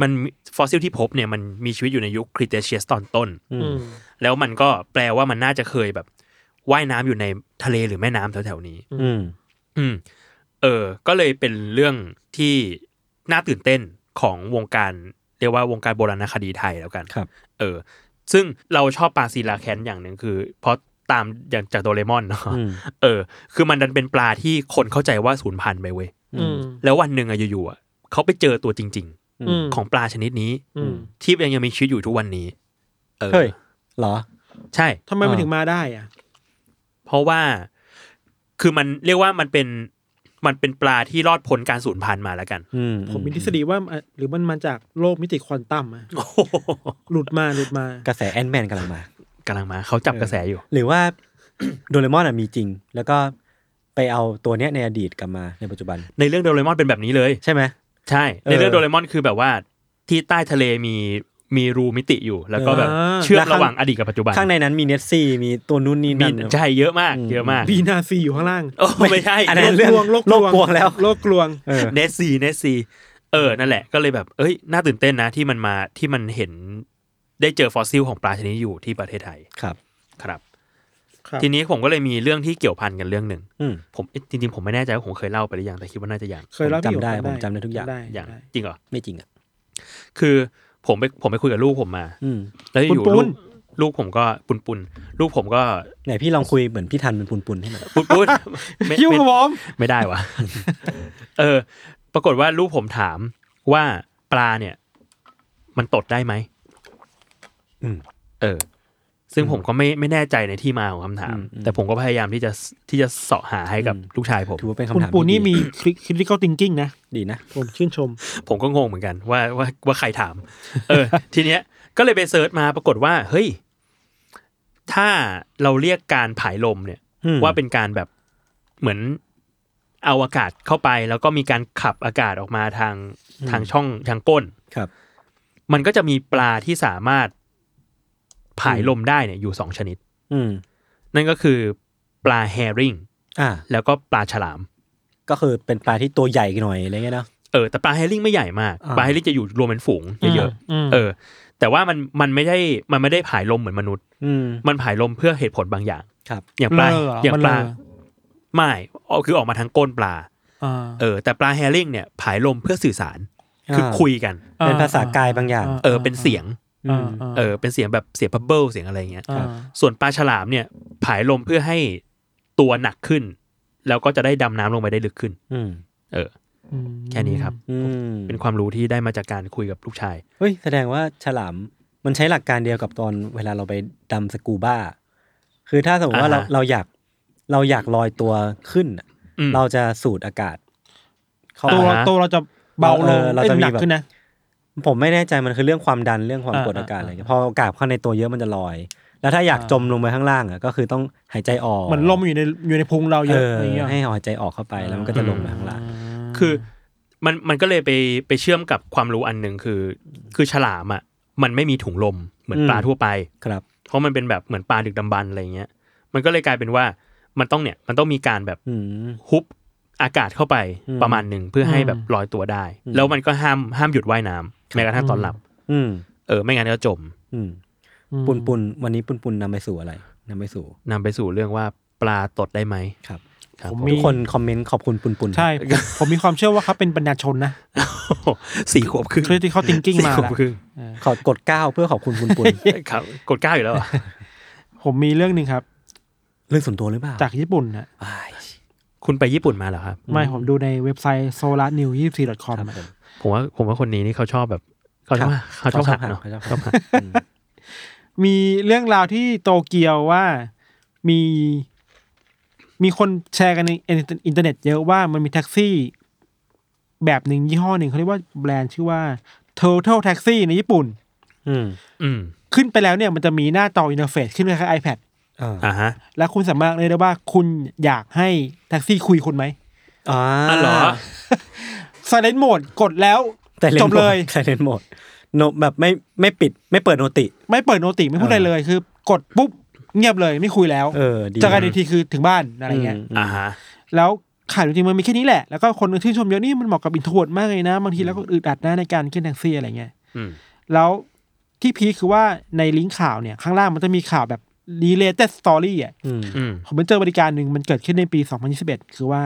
มันฟอสซิลที่พบเนี่ยมันมีชีวิตอยู่ในยุคคริเตเชียสตอนต้น
อืม
แล้วมันก็แปลว่ามันน่าจะเคยแบบว่ายน้ำอยู่ในทะเลหรือแม่น้ำแถวๆนี้
อืม
อืมเออ ก็เลยเป็นเรื่องที่น่าตื่นเต้นของวงการ เรียกว่าวงการโบราณคดีไทยแล้วกัน
ครับ
เออ ซึ่งเราชอบปลาซีลาแคนอย่างหนึ่งคือเพราะตามอย่างจากโดเรมอนเนาะเออ คือมันดันเป็นปลาที่คนเข้าใจว่าสูญพันธุ์ไปเว้ย
อืม
แล้ววันหนึ่งอะอยู่ๆอะเขาไปเจอตัวจริง
อืม
ๆ ของปลาชนิดนี้
อืม
ที่ยังยังมีชีวิตอยู่ทุกวันนี้ เออ
เฮ้ยเหรอ
ใช่
ทำไมมันถึงมาได้อ่ะ
เพราะว่าคือมันเรียกว่ามันเป็นมันเป็นปลาที่รอดพ้นการสูญพันธุ์มาแล้วกัน
อืม
ผมมีทฤษฎีว่าอ่ะหรือมันมาจากโลกมิติควอนตัมอ่ะหลุดมาหลุดมาก
ระแสแอนแมนกำลังมา
กำลังมาเขาจับกระแสอยู่
หรือว่า โดเรมอนอะมีจริง แล้วก็ไปเอาตัวเนี้ยในอดีตกลับมาในปัจจุบัน
ในเรื่องโดเรมอนเป็นแบบนี้เลย
ใช่ไหม
ใช่
เออ
ในเรื่องโดเรมอนคือแบบว่าที่ใต้ทะเลมีมีรูมิติอยู่ แล้วก็แบบ
เออ
เชื่อม
แล้วข้าง
ระหว่างอดีตกับปัจจุบัน
ข้างในนั้นมีเนสซี่มีตัวนู่นนี่
มี
นั่น
ใช่เยอะมาก
อืม
เยอะมาก
วีนาซีอยู่ข้างล่าง
โอ้ไม่ใช่
อันนั้นเรื่อง
ลวงโลก
โลกกลวงแล้ว
โลกกลวง
เออ
เนสซีเนสซีเออนั่นแหละ ก็เลยแบบเอ้ยน่าตื่นเต้นนะที่มันมาที่มันเห็นได้เจอฟอสซิลของปลาชนิดนี้อยู่ที่ประเทศไทย
ครับ
ครับ
ครับ
ทีนี้ผมก็เลยมีเรื่องที่เกี่ยวพันกันเรื่องหนึ่ง
อืม
ผมเอ๊ะจริงๆผมไม่แน่ใจว่าผมเคยเล่าไปหรือยังแต่คิดว่าน่าจะยัง
เคยเล่าพี่
ผมจำได้
อยู่
ผมจำได้ทุกอย่าง
ได้
ยัง
ได้
จริงเหรอ
ไม่จริงอ่ะ
คือผมไปผมไปคุยกับลูกผมมา
อืม
แล้วอยู่
คุณปู
ลู
น
ก ลูกผมก็ปุนปุนๆลูกผมก็
ไหนพี่ลองคุยเหมือนพี่ทันเป็นปุนๆให้หน่อย
ปุนปุน ไม่
ยุ่งกับ
ไม่
ผม
ไม่ได้วะ เออ ปรากฏว่าลูกผมถามว่าปลาเนี่ย มันตดได้ไหม
อืม
เออ ซึ่งผมก็ไม่ไม่แน่ใจในที่มาของคำถาม
อืมอืม
แต่ผมก็พยายามที่จะที่จะเสาะหาให้กับลูกชายผม
ถือว่าเป็น
คุ
คำ
ณ
ถาม
ปูนี่
ที่
มี
ดี
คริติคอลติงกิ้งนะ
ดีนะ
ผมชื่นชม
ผมก็งงเหมือนกันว่าว่าว่าใครถาม เออ ทีเนี้ยก็เลยไปเซิร์ชมาปรากฏว่า เฮ้ย ถ้าเราเรียกการผายลมเนี่ย
อืม
ว่าเป็นการแบบเหมือนเอาอากาศเข้าไป แล้วก็มีการขับอากาศออกมาทางทางช่องทางก้น
ครับ
มันก็จะมีปลาที่สามารถผายลมได้เนี่ยอยู่สองชนิด
อืม
นั่นก็คือปลาแฮริง
อ่า
แล้วก็ปลาฉลาม
ก็คือเป็นปลาที่ตัวใหญ่หน่อยอะไรเงี้ยเนาะ
เออแต่ปลาแฮริงไม่ใหญ่มาก
อ่า
ปลาแฮริงจะอยู่รวมเป็นฝูงเยอะ
อืม
ๆเออ แต่ว่ามันมันไม่ได้มันไม่ได้ผายลมเหมือนมนุษย์
อืม
มันผายลมเพื่อเหตุผลบางอย่าง
ครับ
อย่างปลา
เบลอเหรอ
อย่างปลา
มันเบลอ
ไม่เอาคือออกมาทางก้นปลา
อ่า
เออ แต่ปลาแฮริงเนี่ยผายลมเพื่อสื่อสาร คืออา คุยกัน
เป็นภาษากายบางอย่าง
เออ เป็นเสียง
อืม
เออ เป็นเสียงแบบเสียงพับเบิลเสียงอะไรเงี้ย
อ่า
ครับส่วนปลาฉลามเนี่ย ผายลมเพื่อให้ตัวหนักขึ้น แล้วก็จะได้ดำน้ำลงไปได้ลึกขึ้น
อืม
เออ
อืม
แค่นี้ครับ
อืม
เป็นความรู้ที่ได้มาจากการคุยกับลูกชาย
เฮ้ย แสดงว่าฉลามมันใช้หลักการเดียวกับตอนเวลาเราไปดำสกูบ้า คือถ้าสมมติว่าเรา
อ่าฮะ
เราอยากเราอยากลอยตัวขึ้นน่ะ
อืม
เราจะสูดอากาศ เข้า
ตัว
ไป
อ่าฮะ
ตัวเราจะเบาลง
เออเราจะมี
อ้ยหนัก
แบบ
ขึ้นนะ
ผมไม่แน่ใจมันคือเรื่องความดันเรื่องความ
อ่าก
ดอากาศ
อ่า
อะไรเงี้ยพออากาศเข้าในตัวเยอะมันจะลอย แล้วถ้าอยากจมลงไปข้างล่างอ่ะก็คือต้องหายใจออก
เหมือนลมอยู่ในอยู่ในพุงเราเย
เอ
อะ
อ
อะไรเงี้ย
ให้หายใจออกเข้าไปแล้วมันก็จะลงไปข้างล่าง
คือมันมันก็เลยไปไปเชื่อมกับความรู้อันหนึ่งคือ คือฉลามอ่ะมันไม่มีถุงลมเหมือน
อืม
ปลาทั่วไป
ครับ
เพราะมันเป็นแบบเหมือนปลาดึกดำบรรพ์อะไรเงี้ย มันก็เลยกลายเป็นว่ามันต้องเนี่ยมันต้องมีการแบบ
อืม
ฮุบอากาศเข้าไป
อืม
ประมาณหนึ่งเพื่อให้แบบลอยตัวได้
อืม
แล้วมันก็ห้ามห้ามหยุดว่ายน้ำแม้กระทั่งตอนหลับ
อืม
เออไม่งั้นก็จม
อืม
อืม
ปุนปุนวันนี้ปุนปุนนำไปสู่อะไรนำไปสู่
นำไปสู่เรื่องว่าปลาตดได้ไหม
ครับ
ครับ
ผม
ผม
มี
ทุกคนคอมเมนต์ขอบคุณปุนปุน
ใช่ผมผมมีความเชื่อว่าเขาเป็นปัญญาชนนะ
สี่ขวบครึ่ง
critical thinking
สี่
มา
ขวบ
ละ
ครึ่ง
ขอกดเก้าเพื่อขอบคุณปุนปุน
ครับกดเก้าอยู่แล้วเหรอ
ผมมีเรื่องหนึ่งครับ
เรื่องส่วนตัวหรือเปล่า
จากญี่ปุ่นนะ
อ้าย
คุณไปญี่ปุ่นมาเหรอครับ
ไม่ผมดูในเว็บไซต์ solar new 24 com
ครับผม
ผมว่าผมว่าคนนี้นี่เขาชอบแบบเขาชอบเขาชอบหักเนาะ
เขาชอบหัก
ชอบหัก
มีเรื่องราวที่โตเกียวว่ามีมีคนแชร์กันในอินเทอร์เน็ตเยอะว่ามันมีแท็กซี่ แบบหนึ่งยี่ห้อหนึ่งเขาเรียกว่าแบรนด์ชื่อว่า Total Taxi ในญี่ปุ่น
อืม
อืม
ขึ้นไปแล้วเนี่ยมันจะมีหน้าจออินเทอร์เฟซขึ้นคล้ายๆ iPad
อ่า
อ่าฮะ
แล้วคุณสามารถเลือกได้ว่าคุณอยากให้แท็กซี่คุยคุณไหม
อ๋อ
อ๋อเหรอ
s i เลน t โหมดกดแล้ว
แต่
จบเลย
แต่เล่นหมดโนแบบไม่ไม่ปิดไม่เปิดโนติ
ไม่เปิดโนติไม่พูดอะไรเลย คือ กดปุ๊บเงียบเลยไม่คุยแล้ว
เออดี
เจอกันอีกทีคือถึงบ้านอะไรเงี้ย
ม
อ่าฮะ
แล้วขายจริงๆมันมีแค่นี้แหละ แล้วก็คนชื่นชมเยอะนี่มันเหมาะกับอินโทรดมากเลยนะ บางทีแล้วก็อึดอัดนะในการขึ้นแท็กซี่อะไรเงี้ย
อืม
แล้วที่พีคคือว่าในลิงก์ข่าวเนี่ยข้างล่างมันจะมีข่าวแบบ related story อ่ะ
อืม
อืม
ผมไปเจอบริการหนึ่งมันเกิดขึ้นในปี 2021 คือว่า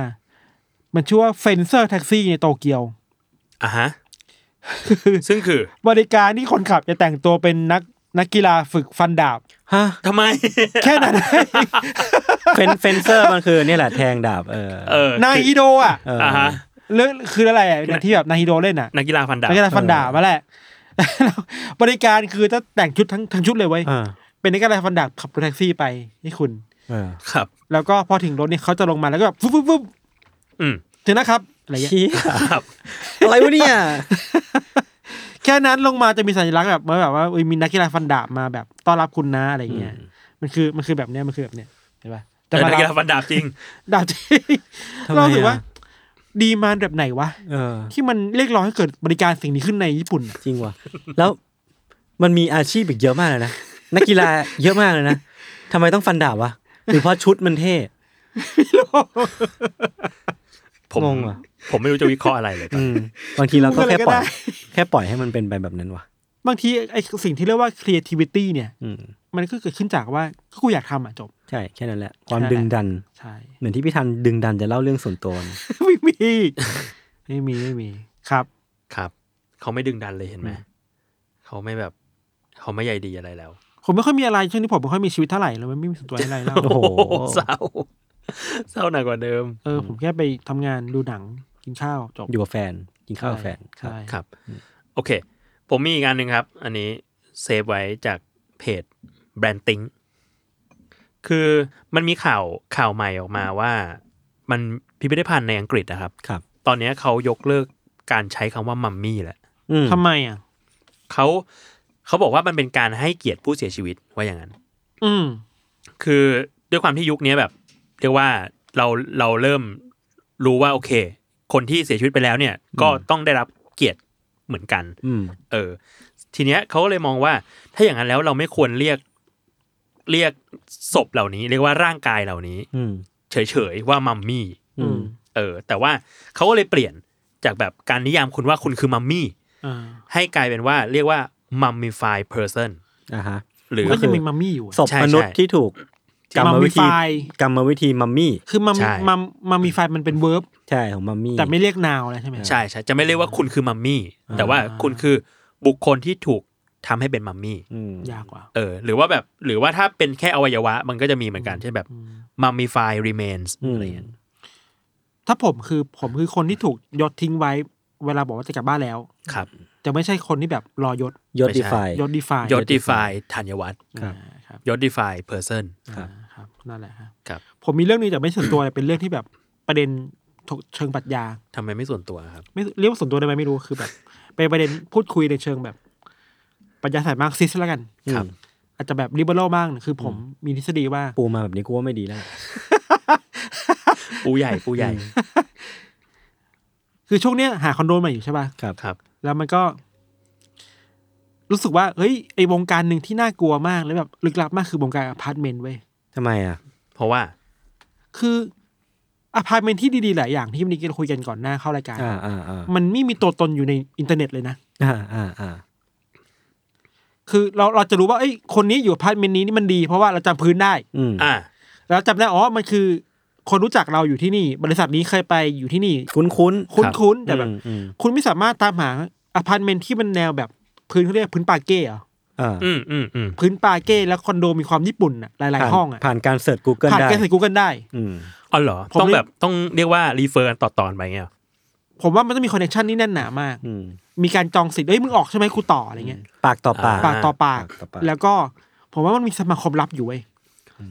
มันชื่อว่า Fencer Taxi ในโตเกียว
อ่าฮะ ซึ่งคือบ
ริการที่คนขับจะแต่งตัวเป็นนักนักกีฬาฝึกฟันดาบ
ฮะ
ทำไม
แค่นั้น
เฟนเฟนเซอร์มันคือเนี่ยแหละแทงดาบเออ
เออน
ายอิโดอ่ะ
เออ
อ่าฮะ
เรื่องคืออะไรอ่ะอย่างที่แบบนายอิโดเล่นอ่ะ
นักกีฬาฟันดาบ
นักกีฬาฟันดาบมาแหละ แล้วบริการคือจะแต่งชุดทั้งทั้งชุดเลยเว้ย
อ่า
เป็นนักกีฬาฟันดาบขับรถแท็กซี่ไปให้คุณ
เออ
ครับ
แล้วก็พอถึงรถเนี่ยเขาจะลงมาแล้วก็แบบฟึบฟึบฟึบ
อืม
ถึงนะครับอะไรเงี้ย
เชี่ย
ครับ
อะไรวะเนี่ย
แค่นั้นลงมาจะมีสัญลักษณ์แบบว่าแบบว่าเอ้ยมีนักกีฬาฟันดาบมาแบบต้อนรับคุณนะอะไรเงี้ย มันคือมันคือแบบเนี้ยมันคือแบบเนี้ยเห็นปะ
แต่
แต่มา
นักกีฬา
ดาบ
ฟันดาบจริง
ดาบที่เราถือว่า ดีมานด์แบบไหนวะ
เออ
ที่มันเรียกร้องให้เกิดบริการสิ่งนี้ขึ้นในญี่ปุ่นอะ
จริงว่ะ แล้วมันมีอาชีพอีกเยอะมากเลยนะ นักกีฬาเยอะมากเลยนะทำไมต้องฟันดาบวะหรือเพราะชุดมันเท่
ผม
งงว่ะ
ผมไม่รู้จะวิเคราะห์อะไรเลยตอน
อื
นี้
มบางทีเราก็แค่ปล่อยแค่ปล่อยให้มันเป็นไปแบบนั้นว่ะ
บางทีไอสิ่งที่เรียกว่า creativity เนี่ย
อืม
มันก็เกิดขึ้นจากว่าก็กูอยากทำอ่ะจบ
ใช่แค่นั้นแหละ ความ
แค่นั้น
ดึงดัน
ใช่
เหมือนที่พี่ทันดึงดันจะเล่าเรื่องส่วนตัวนะ
ไม่มี ไม่มีไม่มีครับ
ครับ เขาไม่ดึงดันเลยเห็นไหม เขาไม่แบบ เขาไม่ใหญ่ดีอะไรแล้ว
ผมไม่ค่อยมีอะไรช่วงนี้ผมไม่ค่อยมีชีวิตเท่าไหร่เลยไม่มีส่วนตัวอะไรแล้ว
โอ้โห
เศร้าเศร้าหนักกว่าเดิม
เออผมแค่ไปทำงานดูหนังกินข้าวจบ
อยู่กับแฟนกินข้าวกับแฟนครับ
ใช่
ครับ โอเค ผมมีอีกอันหนึ่งครับ อันนี้เซฟไว้จากเพจแบรนด์ติงคือมันมีข่าวข่าวใหม่ออกมาว่า มันพิพิธภัณฑ์ในอังกฤษนะครับ
ครับ
ตอนนี้เขายกเลิกการใช้คำว่ามัมมี่แล้ว
อืม
ทำไมอ่ะ
เขาเขาบอกว่ามันเป็นการให้เกียรติผู้เสียชีวิตว่าอย่างนั้น
อืม
คือด้วยความที่ยุคนี้แบบ เรียกว่าเราเราเริ่มรู้ว่าโอเค คนที่เสียชีวิตไปแล้วเนี่ย ก็ต้องได้รับเกียรติเหมือนกัน
อืม
เออ ทีเนี้ยเขาก็เลยมองว่า ถ้าอย่างนั้นแล้วเราไม่ควรเรียกเรียกศพเหล่านี้ เรียกว่าร่างกายเหล่านี้
อืม
เฉยๆว่ามัมมี่
อืม
เออ แต่ว่าเขาก็เลยเปลี่ยนจากแบบการนิยามคุณว่าคุณคือมัมมี่
อ่า
ให้กลายเป็นว่าเรียกว่ามัมมิฟายเพอร์เซน
อ่าฮะ
หรือ
ก็ยังเป็นมัมมี่อยู่
ศ
อะ
พ
ใช่
มนุษย์
ใช่
ที่ถูกกรรม
มัม
วิ
มี่ไฟ
ธี
ล์
กรรมวิธีมัมมี่
คือมัม
ใช่
มัมมัมมี่ไฟล์มันเป็นเวิร์บ
ใช่ของมัมมี่
แต่ไม่เรียกนาวแล้วใช่ไหม
ใช่ใช่จะไม่เรียกว่าคุณคือมัมมี่ แต่ว่าคุณคือบุคคลที่ถูกทำให้เป็นมัมมี่
อืม
ยากกว่า
เออ หรือว่าแบบ หรือว่าถ้าเป็นแค่อวัยวะ มันก็จะมีเหมือนกันเช่นแบบมัมมิฟายรีเมนส์
อืม
อะไรอย่างเงี้ย
ถ้าผมคือผมคือคนที่ถูกยศทิ้งไว้ เวลาบอกว่าจะกลับบ้านแล้ว
ครับ
จะไม่ใช่คนที่แบบรอยศ
ยศดีไฟ
ยศดีไฟ
ยศดีฟายธัญวัฒน์
ครับ
อ่าครับ
ยศดีฟายเพอร์เซน
ครับ
อ่าครับนั่นแหละครับ
ครับ
ผมมีเรื่องนี้แต่ไม่ส่วนตัวเลย เป็นเรื่องที่แบบประเด็นถกเชิงปรัชญา
ทำไมไม่ส่วนตัวครับ
ไม่เรียกว่าส่วนตัวได้ไหมไม่รู้คือแบบ เป็นประเด็นพูดคุยในเชิงแบบปรัญญาสายมาร์กซิสต์แล้วกัน
ครับ
อาจจะแบบริเบอรัลบ้างคือผมมีทฤษฎีว่า
ปูมาแบบนี้กูว่าไม่ดีแล้ว
ปูใหญ่ปูใหญ่
คือช่วงเนี้ยหาคอนโดใหม่อยู่ใช่ป่ะ
ครับ
ครับ
แล้วมันก็ รู้สึกว่าเฮ้ยไอวงการหนึ่งที่น่ากลัวมาก แล้วแบบลึกลับมากคือวงการอพาร์ตเมนต์เว้ย
ทำไมอ่ะ
เพราะว่า
คืออพาร์ตเมนต์ที่ดีๆหลายอย่างที่วันนี้เราคุยกันก่อนหน้าเข้ารายการ
อ่าอ่าอ่า
มันไม่มีตัวตนอยู่ในอินเทอร์เน็ตเลยนะ
อ่าอ่าอ่า
คือเราเราจะรู้ว่าเอ้ยคนนี้อยู่อพาร์ตเมนต์นี้นี่มันดีเพราะว่าเราจำพื้นได้
อืม
อ่า
แล้วจำได้อ๋อ มันคือ คนรู้จักเราอยู่ที่นี่ บริษัทนี้เคยไปอยู่ที่นี่
คุ้นคุ้น
คุ้น
ครับ
คุ้น
ๆ
แต่แบบ
อืมอืม
คุณไม่สามารถตามหาอพาร์ตเมนต์ที่มันแนวแบบพื้นเขาเรียกพื้นปาเก้เหรอ
อ่า
อืมอืมอืม
พื้นปาเก้แล้วคอนโดมีความญี่ปุ่นอ่ะหลาย
ผ่าน
ๆ ห้องอ่ะ
ผ่านการเสิร์ช Google
ผ่าน
ได้
แกใส่กูเกิลได้
อืม
อ๋อเหรอ
ผม
ต้อง
เรียก
แบบต้องเรียกว่ารีเฟอร์กันต่อตอนไปเงี้ยหรอ
ผมว่ามันต้องมีคอนเนคชันนี่แน่นหนามาก
อืม
มีการจองสิทธิ์เอ้ยมึงออกใช่ไหมกูต่ออะไรเงี้ย
ปากต่อปาก
ปากต่อปาก
ปากต่อปาก
แล้วก็ผมว่ามันมีสมาคมลับอยู่เว้ย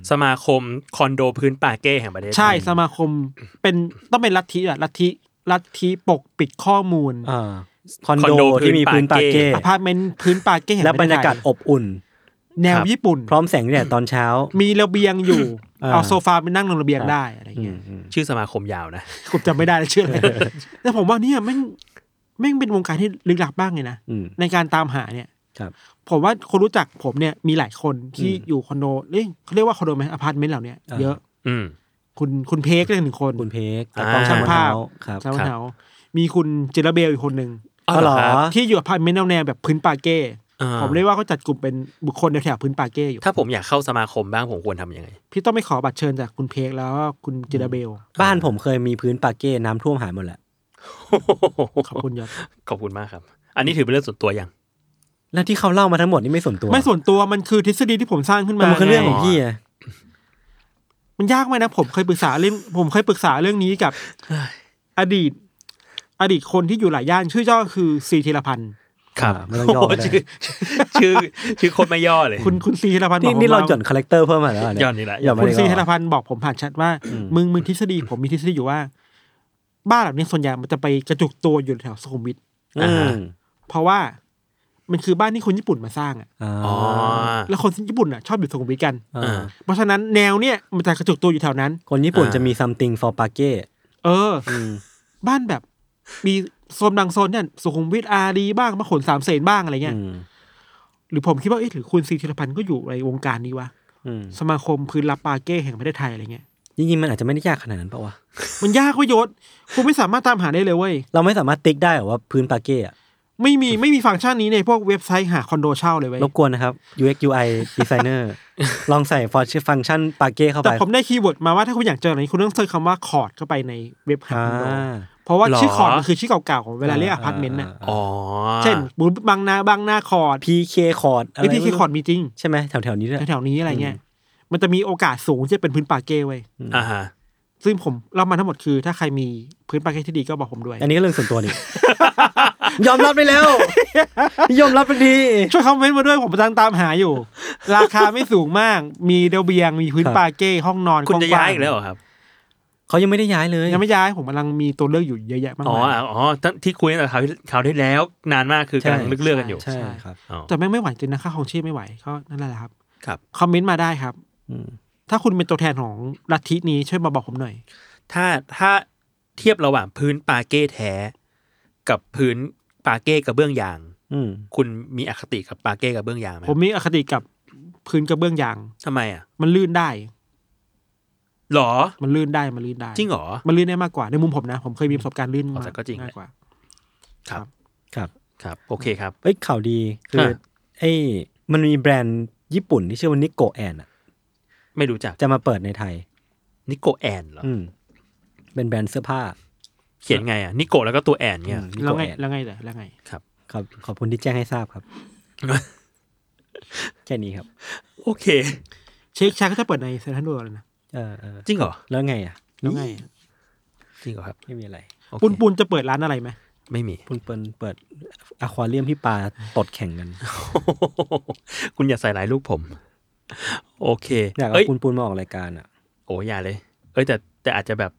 สมาคมคอนโดพื้นป่าเก้แห่งประเทศไทย
ใช่สมาคมเป็นต้องเป็นลัทธิอ่ะลัทธิลัทธิปกปิดข้อมูล
อ่าคอนโดที่มีพื้นปาเก้
อพาร์ตเมนต์พื้นปาเก้แห่ง
และบรรยากาศ
ประเทศไท
อบอุ่น
ยแนวญี่ปุ่น
พร้อมแสงแดดตอนเช้า
มีระเบียงอยู่
อ่า
เอาโซฟาไปนั่งลงระเบียงได้อะไรเงี้ย
อืม
ชื่อสมาคมยาวนะ
ผมจำไม่ได้แล้วเชื่ออะไร แต่ผมว่าเนี่ยแม่งแม่งเป็นวงการที่ลึกลับบ้างเลยนะ
อืม
ในการตามหาเนี่ย
ครับ
ผมว่าคนรู้จักผมเนี่ยมีหลายคนที่อยู่คอนโดเอ้ยเขาเรียกว่าคอนโดไหมอพาร์ตเมนต์เหล่าเนี้ยเยอะ
อืม
คุณคุณเพกเลยหนึ่งคน
คุณเพก
อ่า
ตากล้อง
ช่างภาพ
ครับ
ช่างภาพมีคุณเจลาเบลอีกคนหนึ่ง
อ๋อเหรอ
ที่อยู่อพาร์ตเมนต์แนวๆแบบพื้นปาเก้
อ่า
ผมเรียกว่าเขาจัดกลุ่มเป็นบุคคลแถวๆพื้นปาเก้อยู่
ถ้าผมอยากเข้าสมาคมบ้างผมควรทำยังไง
พี่ต้องไปขอบัตรเชิญจากคุณเพกแล้วก็คุณเจลาเบล
บ้านผมเคยมีพื้นปาเก้น้ำท่วมหายหมดแหละ
ขอบคุณยศ
ขอบคุณมากครับ อันนี้ถือเป็นเรื่องส่วนตัวยัง
แล้วที่เขาเล่ามาทั้งหมดนี่ไม่ส่วนตัว
ไม่ส่วนตัวมันคือทฤษฎีที่ผมสร้างขึ้น
แต่
มา
มันคือเรื่อง
ไ
ของพี่อะ
มันยากไหมนะผมเคยปรึกษาเรื่องผมเคยปรึกษาเรื่องนี้กับ อดีต อดีตคนที่อยู่หลายย่านชื่อย่อคือซีธีรพันธ์
ครับ
อ่าไม่ต้องย่อ
โ
ก็ได้
ชื่อชื่อชื่อคนไม่ย่อเลย
คุณคุณซีธีรพันธ์บอ
นี่
กผม
นี่เรา
ว่า
หย่อนคาแรคเตอร์เพิ่มมาแล้วเ
หย่อนอีกแล้ว
หย่อนมา
คุณ
อีก
ซี
แล้
ธีร
ว
พันธ์บอกผมผ่านแชัดว่า มึงมึงทฤษฎีผมมีทฤษฎีอยู่ว่า บ้านหลังนี้ส่วนใหญ่มันจะไปกระจุกตัวอยู่แถวสุขุมวิท
อ่าฮะ
เพราะว่ามันคือบ้านที่คนญี่ปุ่นมาสร้างอ่ะ
อ๋อ
อ๋อ
แล้วคนญี่ปุ่นอ่ะชอบอยู่สุขุมวิทกัน
อ่า
เพราะฉะนั้นแนวเนี่ยมันจะกระจุกตัวอยู่แถวนั้น
คนญี่ปุ่น
อ่า
จะมี something for ปาเก้
เอออ บ้านแบบมีโซนบางโซนเนี่ยสุขุมวิทอารีบ้างมาขนสามเสนบ้างอะไรเงี้ยหรือผมคิดว่าเอ๊ะหรือคุณซีธีรพันธ์ก็อยู่ในวงการนี้วะสมาคมพื้นรับปาเก้แห่งประเทศไทยอะไรเงี้ย
จริงๆมันอาจจะไม่ได้ยากขนาดนั้นปะวะ
มันยากเว้ยยศคุณไม่สามารถตามหาได้เลยเว้ย
เราไม่สามารถติ๊กได้หรอว่าพื้นปาเก้อะ
ไม่มีไม่มีฟังก์ชันนี้ในพวกเว็บไซต์หาคอนโดเช่าเลยเว้ย
รบกวนนะครับ UX UI designer ลองใส่ฟังก์ชันปาเก้เข้า
แต่
ไป
ผมได้คีย์เวิร์ดมาว่าถ้าคุณอยากเจออะไรคุณต้องเซิร์ชคำว่าคอร์ดเข้าไปในเว็บหา
อ่า
คอนโด เพราะว่า
หรอ
ชื่อคอร์ดมันคือชื่อเก่าๆของเวลาเรียกอพาร์ตเมนต์น่ะ
อ๋อ
เช่นบูบางนาบางนาคอร์ด
พีเคคอร์ด
ไอพี่คีคอร์ดมีจริง
ใช่ไหมแถวแถวๆนี้ด้วย
แถวๆนี้อะไรเงี้ยมันจะมีโอกาสสูงที่จะเป็นพื้นป่าเก้เว้ย
อ่าฮะ
ซึ่งผมเล่ามาทั้งหมดคือ ถ้าใครมีพื้นป่าเก้ที่ดีก็บอกผมด้วย
อันนี้ก็เรื่องส่วนตัวนี่ ยอมรับไป แล้ว ยอมรับไปดี
ช่วยคอมเมนต์มาด้วยผมกำลังตามหา อยู่ ราคาไม่สูงมาก มีเดลเบียง มีพื้น
ครับ
ปาเก้ห้องนอน
คุณจะ
กว้
ย้าง
ๆ
ยอีกแล้วเหรอครับ
เขายังไม่ได้ย้ายเลย
ยังไม่ย้ายผมกำลังมีตัวเลือกอยู่เยอะแยะมาก
อ๋อ
มาย
อ่ะอ๋อตั้งที่คุยตั้งแต่คราวที่คราวที่แล้วนานมากคือกำลังเลือกเลือกกันอยู่
ใช่ครับ
อ๋อ
แต่แม่งไม่ไหวจริงนะค่าของชีพไม่ไหวก็นั่นแหละครับ
ครับ
คอมเมนต์มาได้ครับ
อืม
ถ้าคุณเป็นตัวแทนของลัทธินี้ช่วยมาบอกผมหน่อย
ถ้าถ้าเทียบระหว่างพื้นปาเก้แท้ กับพื้นปาเก้กระเบื้องยาง
อืม
คุณมีอคติกับปาเก้กระเบื้องยางไหม
ผมมีอคติกับพื้นกระเบื้องยาง
ทำไมอ่ะ
มันลื่นได้
หรอ
มันลื่นได้มันลื่นได้
จริงเหรอ
มันลื่นได้มากกว่าในมุมผมนะผมเคยมีประสบการณ์ลื่น
อ๋
มา
อแต่ก็จริงแหละ
มากกว่า
ครับ
ครับ โอเคครับ
เอ้ยข่าวดีคือ
ฮะ
ไอ้มันมีแบรนด์ญี่ปุ่นที่ชื่อว่านิโกแอนอะ
ไม่รู้จัก
จะมาเปิดในไทย
นิโกแอนเหรอ
อืมเป็นแบรนด์เสื้อผ้า
เขียนไงอ่ะนิโกแล้วก็ตัวแอนเนี่ย
นิ
แล้
โก
วไง
แอน
แล้วไงเหรอแล้วไง
ครับขอบคุณที่แจ้งให้ทราบ ครับ แค่นี้ครับ
โอเค
เชคชาก็จะเปิดในเซ็นทรัลเวิลด์แล้วนะ
เออเออ
จริงเหรอ
แล้วไงอ่ะ
แล้วไง
จริงเหรอครับ
ไม่มีอะไร
โอเค
ปุนปุนจะเปิดร้านอะไรไหม
ไม่มี
คุณเปิลเปิดอะควาเรียมที่ปลาตดแข่งกัน
คุณอย่าใส่หลายลูกผม โอเค
อยากเอา
เอ้ย
ปูนปูนมาออกรายการอ่ะ
โอ้ยอย่าเลย เอ้ยแต่แต่อาจจะแบบ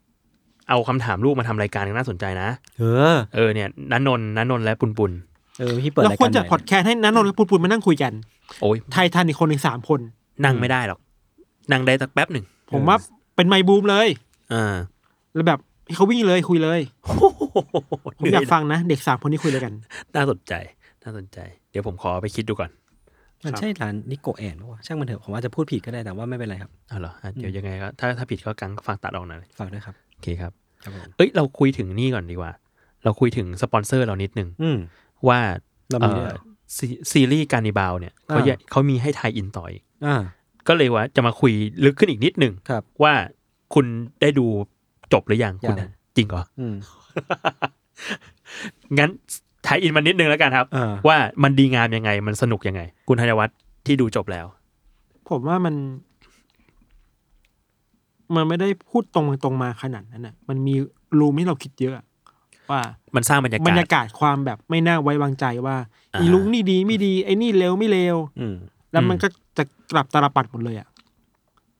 เอาคำถามลูกมาทำรายการก็น่าสนใจนะ
เออ
เออเนี่ยนันนนท์นันนนท์และปุนปุน
เออพี่เปิด
เรา
ราย
ค
กาว
ร
ร
จะ
ใหม่
พอดแคสต์ให้นันนนท์กับปุนปุนมานั่งคุยกัน
โอ้ย
ไทยทันอีกคนหนึ่งสามคน
นั่งไม่ได้หรอก นั่งได้สักแป๊บหนึ่ง
ผมว่าเป็นไมค์บูมเลย
อ่า
แล้วแบบให้เขาวิ่งเลยคุยเลย
โอ้โห
ผมอยากฟังนะ เด็กสามคนนี้คุยเลยกัน
น่าสนใจ น่าสนใจ เดี๋ยวผมขอไปคิดดูก่อน
มันใช่ร้านนิโกแอนปะวะช่างมันเถอะผมอาจจะพูดผิดก็ได้แต่ว่าไม่เป็นไรครับ
เอาเหรออ่ะเดี๋ยวยังไงก็ถ้าถ้าผิดก็กังฟังตัดออกหน่อย
ฝากด้วยครับ
โอเคครับ
ครับผม
เอ้ยเราคุยถึงนี่ก่อนดีกว่า เราคุยถึงสปอนเซอร์เรานิดนึง
อืม
ว่า
เรามีด้วยเหรอ
เอ่อซีซีรีส์การนิบาลเนี่ยเขา
อ่า
อยากเขามีให้ไทยอินต่ออีก
อ่า
ก็เลยว่าจะมาคุยลึกขึ้นอีกนิดหนึ่ง
ครับ
ว่าคุณได้ดูจบหรือยังคุณ
ยัง
จริงเหรอ
อืม
งั้นไทยอินมานิดนึงแล้วกันครับ
อ่า
ว่ามันดีงามยังไง มันสนุกยังไง คุณธัญวัฒน์ที่ดูจบแล้ว
ผมว่ามัน มันไม่ได้พูดตรงไปตรงมาขนาดนั้นน่ะ มันมีรูมให้เราคิดเยอะ ว่า
มันสร้างบรร
บ
ยา
ร
การ
ยา
ศ
กาศความแบบไม่น่าไว้วางใจว่า
อ่า
อีลุงนี่ดีไม่ดีไอ้นี่เลวไม่เลว
อืม
แล้วมันก็จะกลับตาลปัดหมดเลยอะ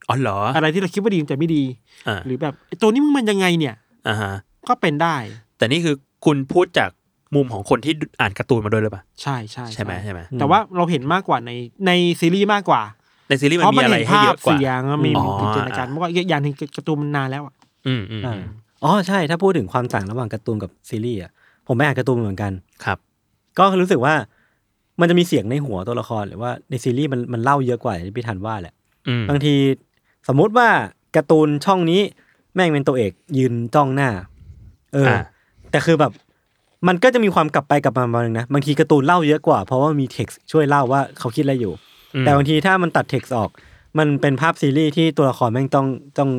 อ๋อเหรอ
อะไรที่เราคิดว่าดีแต่ไม่ดี
อ่า
หรือแบบไอ้ตัวนี้มึงมันยังไงเนี่ย
อ่าฮะ
ก็เป็นได้
แต่นี่คือคุณพูดจากมุมของคนที่อ่านการ์ตูนมาด้วยหรือเปล่า
ใช่ใช่
ใช่ไหมใช่ไหม
อืม
แต่ว่าเราเห็นมากกว่าในในซีรีส์มากกว่า
ในซีรีส์มั
เพ
น
ราะ
มี
มัน
อะไร
เห็น
ให้
ภา
เย
พ
อะกว่า
เสียงมันมี
อ๋อ
ถึงจินตนาการมันก็อย่างหนึ่งการ์ตูนมันนานแล้วอะ
อืมอืม
อ่า
อืม
อ๋อใช่ถ้าพูดถึงความต่างระหว่างการ์ตูนกับซีรีส์อ่ะผมไปอ่านการ์ตูนมาเหมือนกัน
ครับ
ก็รู้สึกว่า มันจะมีเสียงในหัวตัวละครหรือว่าในซีรีส์มันมันเล่าเยอะกว่าอย่างที่พี่ทันว่าแหละ
อืม
บางทีสมมุติว่าการ์ตูนช่องนี้แม่งเป็นตัวเอกยืนจ้องหน้า เอออ
อ่า
แต่คือแบบมันก็จะมีความกลับไปกลับมาประมาณนึงนะบางทีการ์ตูนเล่าเยอะกว่า เพราะว่ามีเท็กซ์ช่วยเล่าว่าเขาคิดอะไรอยู่
อืม
แต่บางทีถ้ามันตัดเท็กซ์ออก มันเป็นภาพซีรีส์ที่ตัวละครแม่งต้องต้อง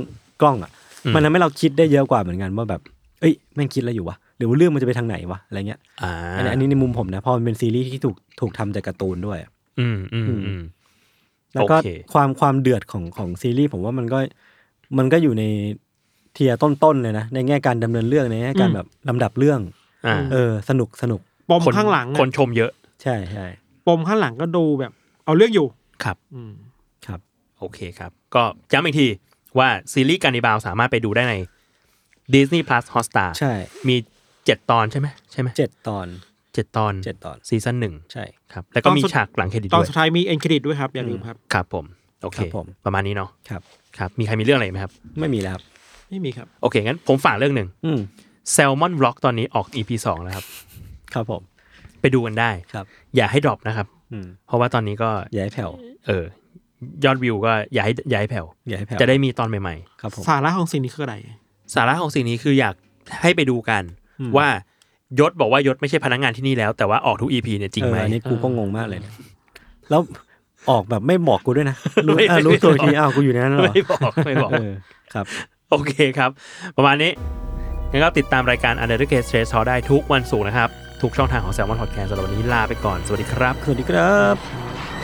กล้องอ่ะ
อืม
มันทำให้เราคิดได้เยอะกว่าเหมือนกันว่าแบบเอ้ยแม่งคิดอะไรอยู่วะหรือว่าเรื่องมันจะไปทางไหนวะอะไรเงี้ย
อ่า
อันนี้อันนี้ในมุมผมนะเพอมันเป็นซีรีส์ที่ถูกถูกทำจากการ์ตูนด้วย
อืมอืมอืม
แล้วก็
โอเค
ความความเดือดของของซีรีส์ผมว่ามันก็มันก็อยู่ในเทียร์ต้นๆเลยนะในแง่การดำเนินเรื่องในแง่การแบบลำดับเรื่อง
อ่า
เออ สนุกสนุก
ปม
คน
ข้างหลังอะ
คนชมเยอะ
ใช่ใช่
ปมข้างหลังก็ดูแบบ เอาเรื่องอยู่
ครับ
อืม
ครับ
โอเคครับ ก็ย้ำอีกทีว่าซีรีส์การนิบาลสามารถไปดูได้ใน Disney Plus Hotstar
ใช่
มีเจ็ดตอนใช่ไหมใช่ไหม
เจ็ดตอน
เจ็ดตอน
เจ็ดตอน
ซีซั่นหนึ่ง
ใช่
ครับ แล้วก็มีฉากหลังเครดิ
ต
ต
อน
ด้วย
สุดท้ายมีเอ็นเครดิตด้วยครับ อย่าลืมครับ
ครับผม โอเค
ครับผม
ประมาณนี้เนาะ
ครับ
ครับ มีใครมีเรื่องอะไรไหมครับ
ไม่มีแล้วครับ
ไม่มีครับ
โอเค งั้นผมฝากเรื่องหนึ่ง
อืม
Salmon Rock ตอนนี้ออก EP สองแล้วครับ
ครับผม
ไปดูกันได้
ครับ
อย่าให้ดรอปนะครับ
อืม
เพราะว่าตอนนี้ก็
อย่าให้แผ่ว
เออยอดวิวก็อย่าให้อย่าให้แผ่ว
อย่าให้แผ่ว
จะได้มีตอนใหม่ ๆ
ครับผม
สาระของสิ่งนี้คืออะไร
สาระของสิ่งนี้คืออยากให้ไปดูกัน
อืม
ว่ายศบอกว่ายศไม่ใช่พนักงานที่นี่แล้ว แต่ว่าออกทุกอีพีเนี่ยจริงไหม
เอออันนี้กูก็งงมากเลยเนี่ยแล้วออกแบบไม่บอกกูด้วยนะรู้
ไม่
เออรู้ตัวอีกที
ไม่บอก
อ้าวกูอยู่ในนั้นแล้วเหรอ
ไม่บอกไม่บอก
เออครับ
โอเคครับ ประมาณนี้ งั้นก็ติดตามรายการ u n d e r c a s e Trace Talk ได้ทุกวันศุกร์นะครับ ทุกช่องทางของ Salmon Podcast สำหรับวันนี้ลาไปก่อน สวัสดีครับ
สวัสดีครับ